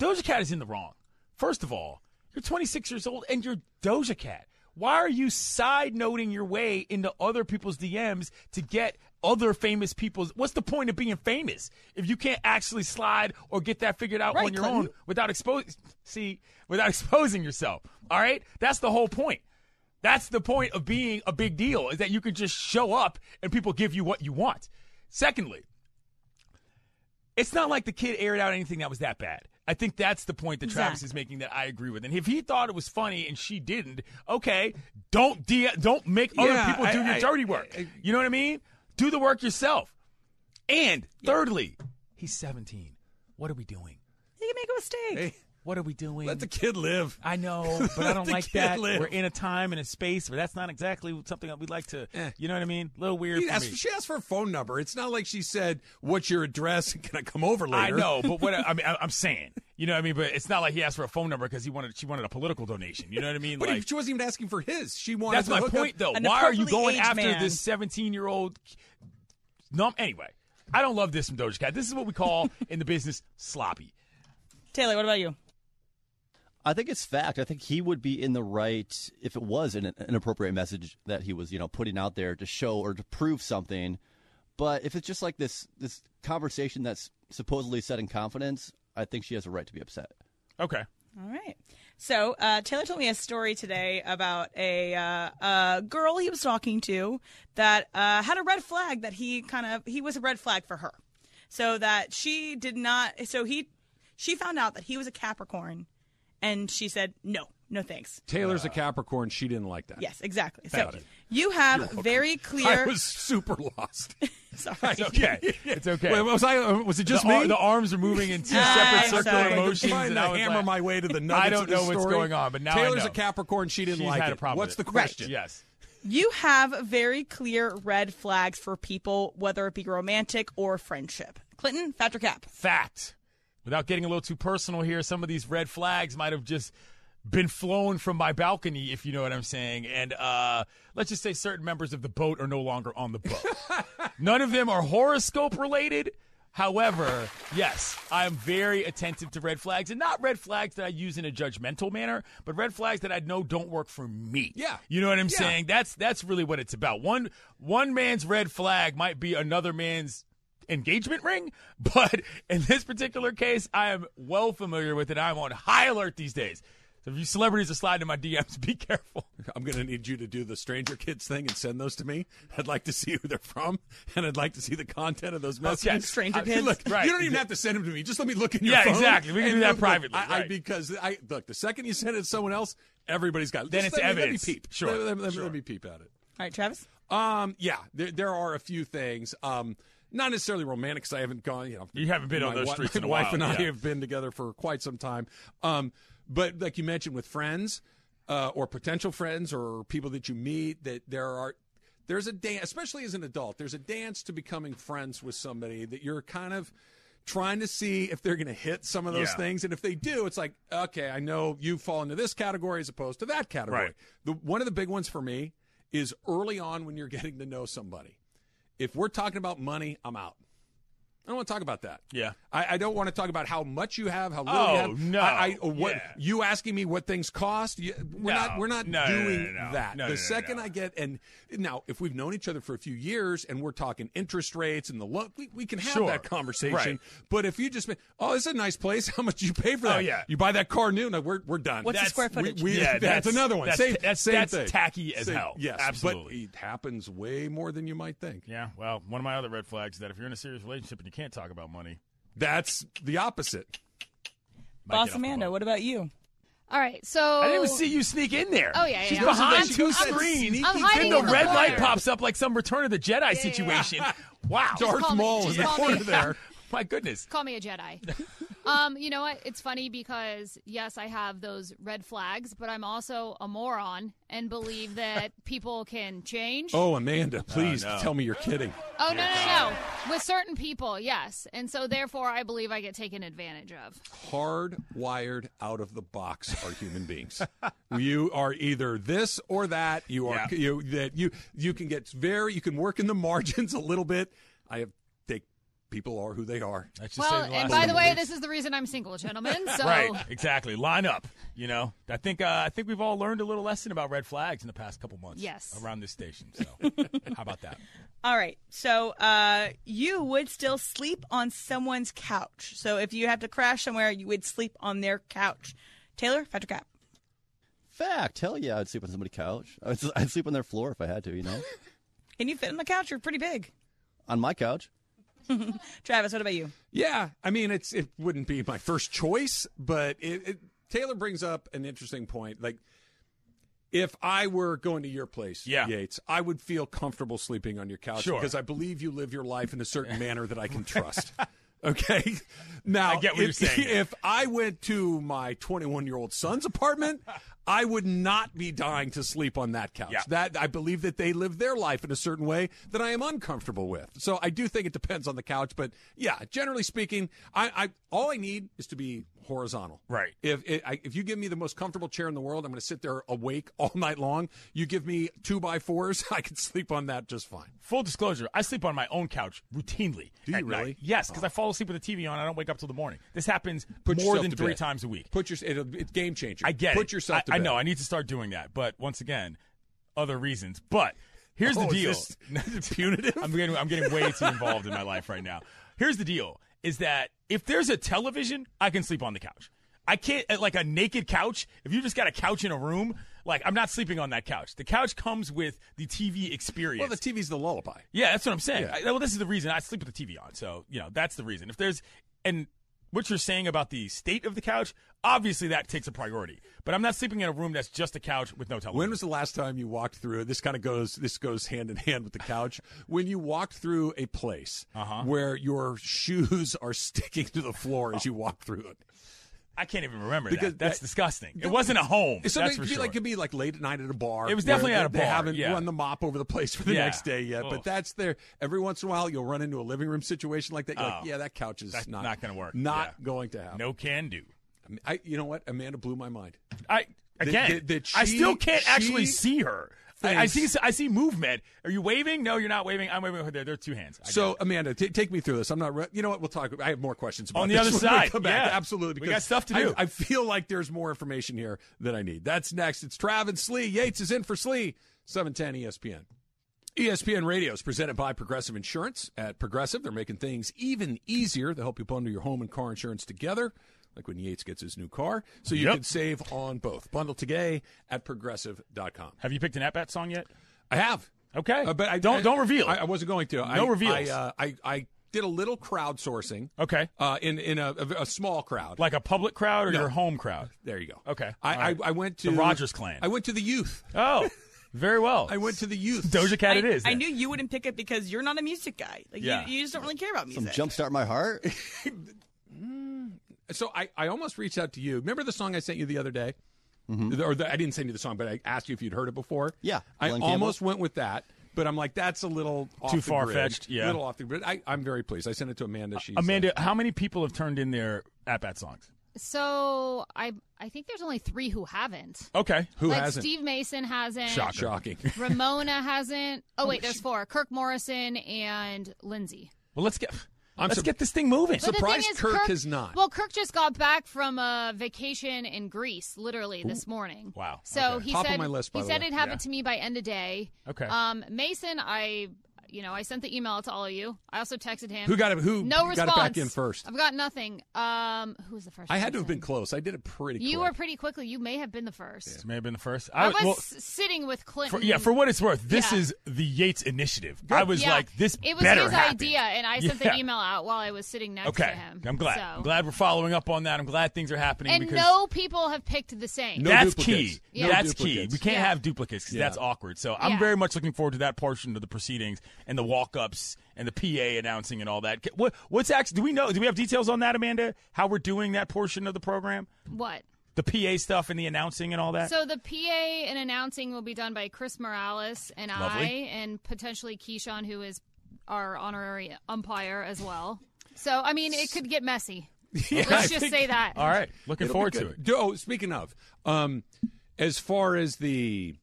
[SPEAKER 2] Doja Cat is in the wrong. First of all, you're 26 years old and you're Doja Cat. Why are you side noting your way into other people's DMs to get other famous people's? What's the point of being famous if you can't actually slide or get that figured out
[SPEAKER 3] Right,
[SPEAKER 2] on your
[SPEAKER 3] Clinton.
[SPEAKER 2] own without expose? See, without exposing yourself. All right, that's the whole point. That's the point of being a big deal is that you can just show up and people give you what you want. Secondly, it's not like the kid aired out anything that was that bad. I think that's the point that Travis is making that I agree with. And if he thought it was funny and she didn't, okay, don't de- don't make other
[SPEAKER 1] Yeah,
[SPEAKER 2] people do
[SPEAKER 1] I-
[SPEAKER 2] your
[SPEAKER 1] I-
[SPEAKER 2] dirty work. you know what I mean? Do the work yourself. And thirdly, he's 17. What are we doing?
[SPEAKER 4] He can make a mistake.
[SPEAKER 1] Hey,
[SPEAKER 2] What are we doing?
[SPEAKER 1] let the kid live.
[SPEAKER 2] I know, but I don't
[SPEAKER 1] The
[SPEAKER 2] like
[SPEAKER 1] kid
[SPEAKER 2] that.
[SPEAKER 1] live.
[SPEAKER 2] We're in a time and a space where that's not exactly something that we'd like to.
[SPEAKER 1] Eh.
[SPEAKER 2] You know what I mean? A little weird.
[SPEAKER 1] He
[SPEAKER 2] for
[SPEAKER 1] asked-
[SPEAKER 2] me.
[SPEAKER 1] she asked for a phone number. It's not like she said, "What's your address? Can I come over later?"
[SPEAKER 2] I know, but what I I mean, I, I'm saying, you know what I mean. But it's not like he asked for a phone number because he wanted she wanted a political donation. You know what I mean?
[SPEAKER 1] But
[SPEAKER 2] like,
[SPEAKER 1] she wasn't even asking for his. She wanted.
[SPEAKER 2] that's
[SPEAKER 1] to
[SPEAKER 2] my
[SPEAKER 1] hook
[SPEAKER 2] point,
[SPEAKER 1] up-
[SPEAKER 2] though.
[SPEAKER 4] An
[SPEAKER 2] Why are you
[SPEAKER 4] appropriately
[SPEAKER 2] going
[SPEAKER 4] aged
[SPEAKER 2] after
[SPEAKER 4] man.
[SPEAKER 2] this 17 year old? Num. Anyway, I don't love this from Doja Cat. This is what we call in the business sloppy.
[SPEAKER 4] Taylor, what about you?
[SPEAKER 3] I think it's fact. I think he would be in the right if it was an inappropriate message that he was, you know, putting out there to show or to prove something. But if it's just like this this conversation that's supposedly set in confidence, I think she has a right to be upset.
[SPEAKER 2] Okay.
[SPEAKER 4] All right. So uh, Taylor told me a story today about a, uh, a girl he was talking to that uh, had a red flag that he kind of he was a red flag for her, so that she did not. So he she found out that he was a Capricorn, and she said no, no thanks.
[SPEAKER 1] Taylor's
[SPEAKER 2] Uh,
[SPEAKER 1] a Capricorn. She didn't like that.
[SPEAKER 4] Yes, exactly.
[SPEAKER 1] Got
[SPEAKER 4] so
[SPEAKER 1] it.
[SPEAKER 4] you have very
[SPEAKER 1] I
[SPEAKER 4] clear.
[SPEAKER 1] was super lost.
[SPEAKER 4] Sorry.
[SPEAKER 2] It's okay. It's okay.
[SPEAKER 1] Wait, was I? uh, Was it just
[SPEAKER 2] the,
[SPEAKER 1] me? Ah,
[SPEAKER 2] ar- the arms are moving in two
[SPEAKER 4] I'm
[SPEAKER 2] separate circular
[SPEAKER 4] sorry.
[SPEAKER 2] motions,
[SPEAKER 1] Trying
[SPEAKER 2] and
[SPEAKER 1] to
[SPEAKER 2] I was
[SPEAKER 1] hammer
[SPEAKER 2] like,
[SPEAKER 1] my way to the nuggets
[SPEAKER 2] I don't
[SPEAKER 1] of this
[SPEAKER 2] know what's
[SPEAKER 1] story.
[SPEAKER 2] going on, but now I
[SPEAKER 1] Taylor's
[SPEAKER 2] know.
[SPEAKER 1] a Capricorn. She didn't
[SPEAKER 2] She's
[SPEAKER 1] like
[SPEAKER 2] had
[SPEAKER 1] it.
[SPEAKER 2] a problem.
[SPEAKER 1] What's
[SPEAKER 2] with
[SPEAKER 1] the
[SPEAKER 2] it.
[SPEAKER 1] question?
[SPEAKER 2] Yes.
[SPEAKER 4] You have very clear red flags for people, whether it be romantic or friendship. Clinton, Patrick Cap.
[SPEAKER 2] fact. Without getting a little too personal here, some of these red flags might have just been flown from my balcony, if you know what I'm saying. And uh, let's just say certain members of the boat are no longer on the boat. None of them are horoscope related. However, yes, I am very attentive to red flags and not red flags that I use in a judgmental manner, but red flags that I know don't work for me.
[SPEAKER 1] Yeah.
[SPEAKER 2] You know what I'm
[SPEAKER 1] Yeah.
[SPEAKER 2] saying? That's that's really what it's about. One one man's red flag might be another man's engagement ring, but in this particular case, I am well familiar with it. I'm on high alert these days. So if you celebrities are sliding in my DMs, be careful.
[SPEAKER 1] I'm going to need you to do the Stranger Kids thing and send those to me. I'd like to see who they're from, and I'd like to see the content of
[SPEAKER 2] Oh,
[SPEAKER 1] those messages.
[SPEAKER 4] Stranger
[SPEAKER 1] I-
[SPEAKER 4] Kids.
[SPEAKER 1] Look,
[SPEAKER 2] Right.
[SPEAKER 1] you don't even have to send them to me. Just let me look in your
[SPEAKER 2] Yeah,
[SPEAKER 1] phone.
[SPEAKER 2] exactly. We can
[SPEAKER 1] and
[SPEAKER 2] do that
[SPEAKER 1] look, look,
[SPEAKER 2] privately,
[SPEAKER 1] I, I-
[SPEAKER 2] right.
[SPEAKER 1] because I look the second you send it to someone else, everybody's got.
[SPEAKER 2] Then
[SPEAKER 1] just
[SPEAKER 2] it's
[SPEAKER 1] let me-
[SPEAKER 2] evidence.
[SPEAKER 1] Let me peep.
[SPEAKER 2] Sure.
[SPEAKER 1] Let, let- let-
[SPEAKER 2] Sure.
[SPEAKER 1] let me peep at it.
[SPEAKER 4] All right, Travis.
[SPEAKER 1] Um, yeah, there, there are a few things. Um, not necessarily romantic because I haven't gone. You know,
[SPEAKER 2] You haven't been on
[SPEAKER 1] my
[SPEAKER 2] those
[SPEAKER 1] wi-
[SPEAKER 2] streets
[SPEAKER 1] My
[SPEAKER 2] in a
[SPEAKER 1] wife
[SPEAKER 2] while,
[SPEAKER 1] and I
[SPEAKER 2] yeah.
[SPEAKER 1] have been together for quite some time. Um, but like you mentioned, with friends uh, or potential friends or people that you meet, that there are there's a dance, especially as an adult. There's a dance to becoming friends with somebody that you're kind of trying to see if they're going to hit some of those
[SPEAKER 2] Yeah.
[SPEAKER 1] things. And if they do, it's like, okay, I know you fall into this category as opposed to that category.
[SPEAKER 2] Right.
[SPEAKER 1] The one of the big ones for me is early on when you're getting to know somebody. If we're talking about money, I'm out. I don't want to talk about that.
[SPEAKER 2] Yeah.
[SPEAKER 1] I, I don't want to talk about how much you have, how little
[SPEAKER 2] Oh,
[SPEAKER 1] you have.
[SPEAKER 2] no.
[SPEAKER 1] I, I, what
[SPEAKER 2] Yeah.
[SPEAKER 1] you asking me what things cost? You, we're
[SPEAKER 2] No.
[SPEAKER 1] not. We're not
[SPEAKER 2] No, no, no,
[SPEAKER 1] doing
[SPEAKER 2] no, no.
[SPEAKER 1] that.
[SPEAKER 2] No,
[SPEAKER 1] the
[SPEAKER 2] no, no,
[SPEAKER 1] second
[SPEAKER 2] no.
[SPEAKER 1] I get and now, if we've known each other for a few years and we're talking interest rates and the look, we, we can have
[SPEAKER 2] Sure.
[SPEAKER 1] that conversation.
[SPEAKER 2] Right.
[SPEAKER 1] But if you just, been, oh, this is a nice place. How much you pay for that?
[SPEAKER 2] Oh, yeah.
[SPEAKER 1] You buy that car new? No, we're we're done.
[SPEAKER 4] What's the
[SPEAKER 2] That's-
[SPEAKER 4] square
[SPEAKER 2] we-
[SPEAKER 4] footage?
[SPEAKER 1] We-
[SPEAKER 2] Yeah,
[SPEAKER 1] that's,
[SPEAKER 2] that's-
[SPEAKER 1] another one.
[SPEAKER 2] that's-
[SPEAKER 1] same,
[SPEAKER 2] that's-
[SPEAKER 1] same
[SPEAKER 2] that's
[SPEAKER 1] thing.
[SPEAKER 2] tacky as
[SPEAKER 1] Same-
[SPEAKER 2] hell.
[SPEAKER 1] Yes,
[SPEAKER 2] Absolutely.
[SPEAKER 1] But it happens way more than you might think.
[SPEAKER 2] Yeah, well, one of my other red flags is that if you're in a serious relationship and you can't talk about money,
[SPEAKER 1] That's the opposite.
[SPEAKER 2] might get
[SPEAKER 4] Boss
[SPEAKER 2] off the
[SPEAKER 4] Amanda,
[SPEAKER 2] boat.
[SPEAKER 4] what about you?
[SPEAKER 9] All right, so
[SPEAKER 2] I didn't even see you sneak in there.
[SPEAKER 9] Oh, yeah, yeah,
[SPEAKER 2] she's
[SPEAKER 9] yeah.
[SPEAKER 2] behind
[SPEAKER 1] I'm-
[SPEAKER 2] two
[SPEAKER 1] I'm
[SPEAKER 2] screens.
[SPEAKER 1] sneaky.
[SPEAKER 9] I'm
[SPEAKER 2] Then
[SPEAKER 9] hiding
[SPEAKER 2] the
[SPEAKER 9] in the
[SPEAKER 2] red
[SPEAKER 9] water.
[SPEAKER 2] light pops up like some Return of the Jedi situation. Wow,
[SPEAKER 1] Darth
[SPEAKER 9] call me-
[SPEAKER 2] Oh,
[SPEAKER 1] Maul is
[SPEAKER 9] just
[SPEAKER 1] in the
[SPEAKER 9] call me-
[SPEAKER 1] corner there.
[SPEAKER 2] my goodness.
[SPEAKER 9] Call me a Jedi. um, you know what? It's funny because yes, I have those red flags, but I'm also a moron and believe that people can change.
[SPEAKER 1] Oh, Amanda, please tell me you're kidding.
[SPEAKER 9] Oh, no, no, no. With certain people, yes. And so therefore I believe I get taken advantage of.
[SPEAKER 1] Hardwired out of the box are human beings. you are either this or that. You are
[SPEAKER 2] Yeah.
[SPEAKER 1] you that you you can get very you can work in the margins a little bit. I have take people are who they are.
[SPEAKER 2] That's just
[SPEAKER 9] Well,
[SPEAKER 2] saved a lot
[SPEAKER 9] and
[SPEAKER 2] of
[SPEAKER 9] by the way,
[SPEAKER 2] lives.
[SPEAKER 9] this is the reason I'm single, gentlemen. So
[SPEAKER 2] Right, exactly. Line up. You know, I think uh, I think we've all learned a little lesson about red flags in the past couple months.
[SPEAKER 9] Yes.
[SPEAKER 2] around this station. So, how about that?
[SPEAKER 4] All right. So uh, you would still sleep on someone's couch. So if you have to crash somewhere, you would sleep on their couch. Taylor, factor cap.
[SPEAKER 3] Fact. Hell yeah, I'd sleep on somebody's couch. I'd, s- I'd sleep on their floor if I had to, you know?
[SPEAKER 4] Can you fit on the couch? You're pretty big.
[SPEAKER 3] on my couch.
[SPEAKER 4] Travis, what about you?
[SPEAKER 1] Yeah, I mean, it's it wouldn't be my first choice, but it, it, Taylor brings up an interesting point. Like, if I were going to your place,
[SPEAKER 2] Yeah.
[SPEAKER 1] Yates, I would feel comfortable sleeping on your couch
[SPEAKER 2] Sure.
[SPEAKER 1] because I believe you live your life in a certain manner that I can trust. Okay, now
[SPEAKER 2] I get what
[SPEAKER 1] if,
[SPEAKER 2] you're saying.
[SPEAKER 1] If I went to my 21 year old son's apartment, I would not be dying to sleep on that couch.
[SPEAKER 2] Yeah.
[SPEAKER 1] That I believe that they live their life in a certain way that I am uncomfortable with. So I do think it depends on the couch, but yeah, generally speaking, I, I all I need is to be horizontal.
[SPEAKER 2] Right.
[SPEAKER 1] If it, I, if you give me the most comfortable chair in the world, I'm going to sit there awake all night long. You give me two by fours, I can sleep on that just fine.
[SPEAKER 2] Full disclosure: I sleep on my own couch routinely.
[SPEAKER 1] Do you
[SPEAKER 2] at night.
[SPEAKER 1] really?
[SPEAKER 2] Yes, because I fall asleep with the TV on. I don't wake up till the morning. This happens
[SPEAKER 1] Put
[SPEAKER 2] more
[SPEAKER 1] yourself
[SPEAKER 2] than
[SPEAKER 1] to
[SPEAKER 2] three
[SPEAKER 1] bed.
[SPEAKER 2] times a week.
[SPEAKER 1] Put your it'll, it's game changer.
[SPEAKER 2] I get
[SPEAKER 1] Put
[SPEAKER 2] it.
[SPEAKER 1] yourself.
[SPEAKER 2] I,
[SPEAKER 1] to
[SPEAKER 2] I
[SPEAKER 1] bed.
[SPEAKER 2] know. I need to start doing that. But once again, other reasons. But here's
[SPEAKER 1] Oh,
[SPEAKER 2] the
[SPEAKER 1] is
[SPEAKER 2] deal.
[SPEAKER 1] this punitive?
[SPEAKER 2] I'm getting, I'm getting way too involved in my life right now. Here's the deal: is that if there's a television, I can sleep on the couch. I can't uh, like a naked couch. If you just got a couch in a room, like I'm not sleeping on that couch. The couch comes with the TV experience.
[SPEAKER 1] Well, the TV's the lullaby.
[SPEAKER 2] Yeah, that's what I'm saying.
[SPEAKER 1] Yeah.
[SPEAKER 2] I- well, this is the reason I sleep with the TV on. So, you know, that's the reason. If there's, and what you're saying about the state of the couch, obviously that takes a priority. But I'm not sleeping in a room that's just a couch with no television.
[SPEAKER 1] When was the last time you walked through? This kind of goes. This goes hand in hand with the couch. When you walked through a place
[SPEAKER 2] Uh-huh.
[SPEAKER 1] where your shoes are sticking to the floor as you walk through it,
[SPEAKER 2] I can't even remember
[SPEAKER 1] Because
[SPEAKER 2] that. That's
[SPEAKER 1] that-
[SPEAKER 2] disgusting. It wasn't a home.
[SPEAKER 1] It's
[SPEAKER 2] that's
[SPEAKER 1] something
[SPEAKER 2] for
[SPEAKER 1] could be
[SPEAKER 2] sure.
[SPEAKER 1] like could be like late at night at a bar.
[SPEAKER 2] It was
[SPEAKER 1] where
[SPEAKER 2] definitely
[SPEAKER 1] they-
[SPEAKER 2] at a
[SPEAKER 1] They
[SPEAKER 2] bar,
[SPEAKER 1] haven't
[SPEAKER 2] yeah.
[SPEAKER 1] run the mop over the place for the
[SPEAKER 2] Yeah. Oh.
[SPEAKER 1] next day yet,
[SPEAKER 2] Ugh.
[SPEAKER 1] but that's there. Every once in a while, you'll run into a living room situation like that. You're
[SPEAKER 2] Oh.
[SPEAKER 1] like, yeah, that couch is
[SPEAKER 2] That's
[SPEAKER 1] not
[SPEAKER 2] not gonna work.
[SPEAKER 1] Not
[SPEAKER 2] Yeah.
[SPEAKER 1] going to happen.
[SPEAKER 2] no can do.
[SPEAKER 1] I, you know what? Amanda blew my mind.
[SPEAKER 2] I again,
[SPEAKER 1] that- that
[SPEAKER 2] I
[SPEAKER 1] she-
[SPEAKER 2] still can't actually
[SPEAKER 1] she
[SPEAKER 2] see her. I, I see.
[SPEAKER 1] thinks-
[SPEAKER 2] I see movement. Are you waving? No, you're not waving. I'm waving over there. There are two hands. I get
[SPEAKER 1] So
[SPEAKER 2] it.
[SPEAKER 1] Amanda, t- take me through this. I'm not. Re- you know what? We'll talk. I have more questions about
[SPEAKER 2] On the
[SPEAKER 1] this
[SPEAKER 2] other
[SPEAKER 1] when we
[SPEAKER 2] side,
[SPEAKER 1] come back.
[SPEAKER 2] yeah.
[SPEAKER 1] Absolutely,
[SPEAKER 2] We
[SPEAKER 1] because
[SPEAKER 2] got stuff to
[SPEAKER 1] I-
[SPEAKER 2] do.
[SPEAKER 1] I, feel like there's more information here that I need. That's next. It's Travis Slee. Yates is in for Slee. Seven ten E ESPN. ESPN Radio is presented by Progressive Insurance. At Progressive, they're making things even easier. They help you bundle your home and car insurance together, like when Yates gets his new car, so you
[SPEAKER 2] Yep.
[SPEAKER 1] can save on both. Bundle today at progressive.com.
[SPEAKER 2] have you picked an at bat song yet?
[SPEAKER 1] I have.
[SPEAKER 2] Okay.
[SPEAKER 1] Uh, but I
[SPEAKER 2] Don't-
[SPEAKER 1] I-
[SPEAKER 2] don't reveal.
[SPEAKER 1] I, I wasn't going to. No I,
[SPEAKER 2] reveals.
[SPEAKER 1] I, uh, I I did a little crowdsourcing.
[SPEAKER 2] Okay.
[SPEAKER 1] Uh, in in a, a, a small crowd.
[SPEAKER 2] Like a public crowd or
[SPEAKER 1] No.
[SPEAKER 2] your home crowd?
[SPEAKER 1] there you go.
[SPEAKER 2] Okay.
[SPEAKER 1] I,
[SPEAKER 2] All right.
[SPEAKER 1] I I went to
[SPEAKER 2] The Rogers clan.
[SPEAKER 1] I went to the youth.
[SPEAKER 2] Oh, very well.
[SPEAKER 1] I went to the youth.
[SPEAKER 2] Doja Cat.
[SPEAKER 4] I,
[SPEAKER 2] it is.
[SPEAKER 4] I
[SPEAKER 2] then.
[SPEAKER 4] knew you wouldn't pick it because you're not a music guy. Like
[SPEAKER 2] Yeah.
[SPEAKER 4] you, you just don't really care about
[SPEAKER 3] Some
[SPEAKER 4] music.
[SPEAKER 3] jumpstart my heart.
[SPEAKER 1] So I I almost reached out to you. Remember the song I sent you the other day? The- Or the, I didn't send you the song, but I asked you if you'd heard it before.
[SPEAKER 3] Mm-hmm. Yeah,
[SPEAKER 1] I
[SPEAKER 3] Glen Campbell.
[SPEAKER 1] almost went with that, but I'm like, that's a little off
[SPEAKER 2] Too
[SPEAKER 1] the grid.
[SPEAKER 2] far-fetched, yeah.
[SPEAKER 1] little off the grid. I, I'm very pleased. I sent it to Amanda. uh, She
[SPEAKER 2] Amanda, how many people have turned in their at bat songs?
[SPEAKER 9] so I I think there's only three who haven't.
[SPEAKER 2] Okay.
[SPEAKER 1] who
[SPEAKER 9] like
[SPEAKER 1] hasn't?
[SPEAKER 9] Steve Mason hasn't.
[SPEAKER 1] Shocker. Shocking.
[SPEAKER 9] Ramona hasn't. Oh wait, there's four: Kirk Morrison and Lindsay.
[SPEAKER 2] Well, let's get
[SPEAKER 1] I'm
[SPEAKER 2] let's
[SPEAKER 1] sur-
[SPEAKER 2] get this thing moving.
[SPEAKER 9] But the
[SPEAKER 1] surprised
[SPEAKER 9] thing is,
[SPEAKER 1] Kirk has not.
[SPEAKER 9] Well, Kirk just got back from a vacation in Greece, literally this morning.
[SPEAKER 2] Wow.
[SPEAKER 9] So
[SPEAKER 2] Okay.
[SPEAKER 9] he
[SPEAKER 1] Top of
[SPEAKER 9] said
[SPEAKER 1] my list, by
[SPEAKER 9] he
[SPEAKER 1] the
[SPEAKER 9] said
[SPEAKER 1] way.
[SPEAKER 9] it'd happen
[SPEAKER 2] Yeah.
[SPEAKER 9] to me by end of day.
[SPEAKER 2] Okay.
[SPEAKER 9] Um, Mason, I you know I sent the email to all of you. I also texted him.
[SPEAKER 1] Who got it? Who
[SPEAKER 9] no
[SPEAKER 1] got
[SPEAKER 9] response?
[SPEAKER 1] it back in first?
[SPEAKER 9] I've got nothing. Um, who was the first?
[SPEAKER 1] I had to have
[SPEAKER 9] person?
[SPEAKER 1] been close. I did it pretty.
[SPEAKER 9] You
[SPEAKER 1] quick.
[SPEAKER 9] were pretty quickly. You may have been the first.
[SPEAKER 2] this may have been the first.
[SPEAKER 9] I was
[SPEAKER 2] well,
[SPEAKER 9] sitting with Clinton.
[SPEAKER 2] for, yeah, for what it's worth, this
[SPEAKER 9] Yeah.
[SPEAKER 2] is the Yates initiative. I was
[SPEAKER 9] Yeah.
[SPEAKER 2] like, this
[SPEAKER 9] It was
[SPEAKER 2] better
[SPEAKER 9] his
[SPEAKER 2] happen.
[SPEAKER 9] idea, and I sent
[SPEAKER 2] Yeah.
[SPEAKER 9] the email out while I was sitting next
[SPEAKER 2] Okay,
[SPEAKER 9] to him.
[SPEAKER 2] I'm glad.
[SPEAKER 9] So.
[SPEAKER 2] I'm glad we're following up on that. I'm glad things are happening
[SPEAKER 9] And
[SPEAKER 2] because
[SPEAKER 9] no people have picked the same.
[SPEAKER 1] No
[SPEAKER 2] that's
[SPEAKER 1] duplicates.
[SPEAKER 2] key.
[SPEAKER 1] No
[SPEAKER 2] that's key.
[SPEAKER 1] duplicates.
[SPEAKER 2] We can't
[SPEAKER 9] Yeah.
[SPEAKER 2] have duplicates because that's
[SPEAKER 1] Yeah.
[SPEAKER 2] awkward. So I'm
[SPEAKER 9] Yeah.
[SPEAKER 2] very much looking forward to that portion of the proceedings and the walk-ups and the PA announcing and all that. Ca- What, what's actually? Do we know? Do we have details on that, Amanda? How we're doing that portion of the program,
[SPEAKER 9] What?
[SPEAKER 2] the PA stuff and the announcing and all that.
[SPEAKER 9] So the PA and announcing will be done by Chris Morales and I,
[SPEAKER 2] Lovely.
[SPEAKER 9] and potentially Keyshawn, who is our honorary umpire as well. So I mean, it could get messy.
[SPEAKER 1] I
[SPEAKER 9] Let's just
[SPEAKER 1] think-
[SPEAKER 9] say that.
[SPEAKER 2] all right, looking
[SPEAKER 1] It'll
[SPEAKER 2] forward
[SPEAKER 1] be
[SPEAKER 2] to
[SPEAKER 1] good.
[SPEAKER 2] it.
[SPEAKER 1] Do- Oh, speaking of, um, as far as the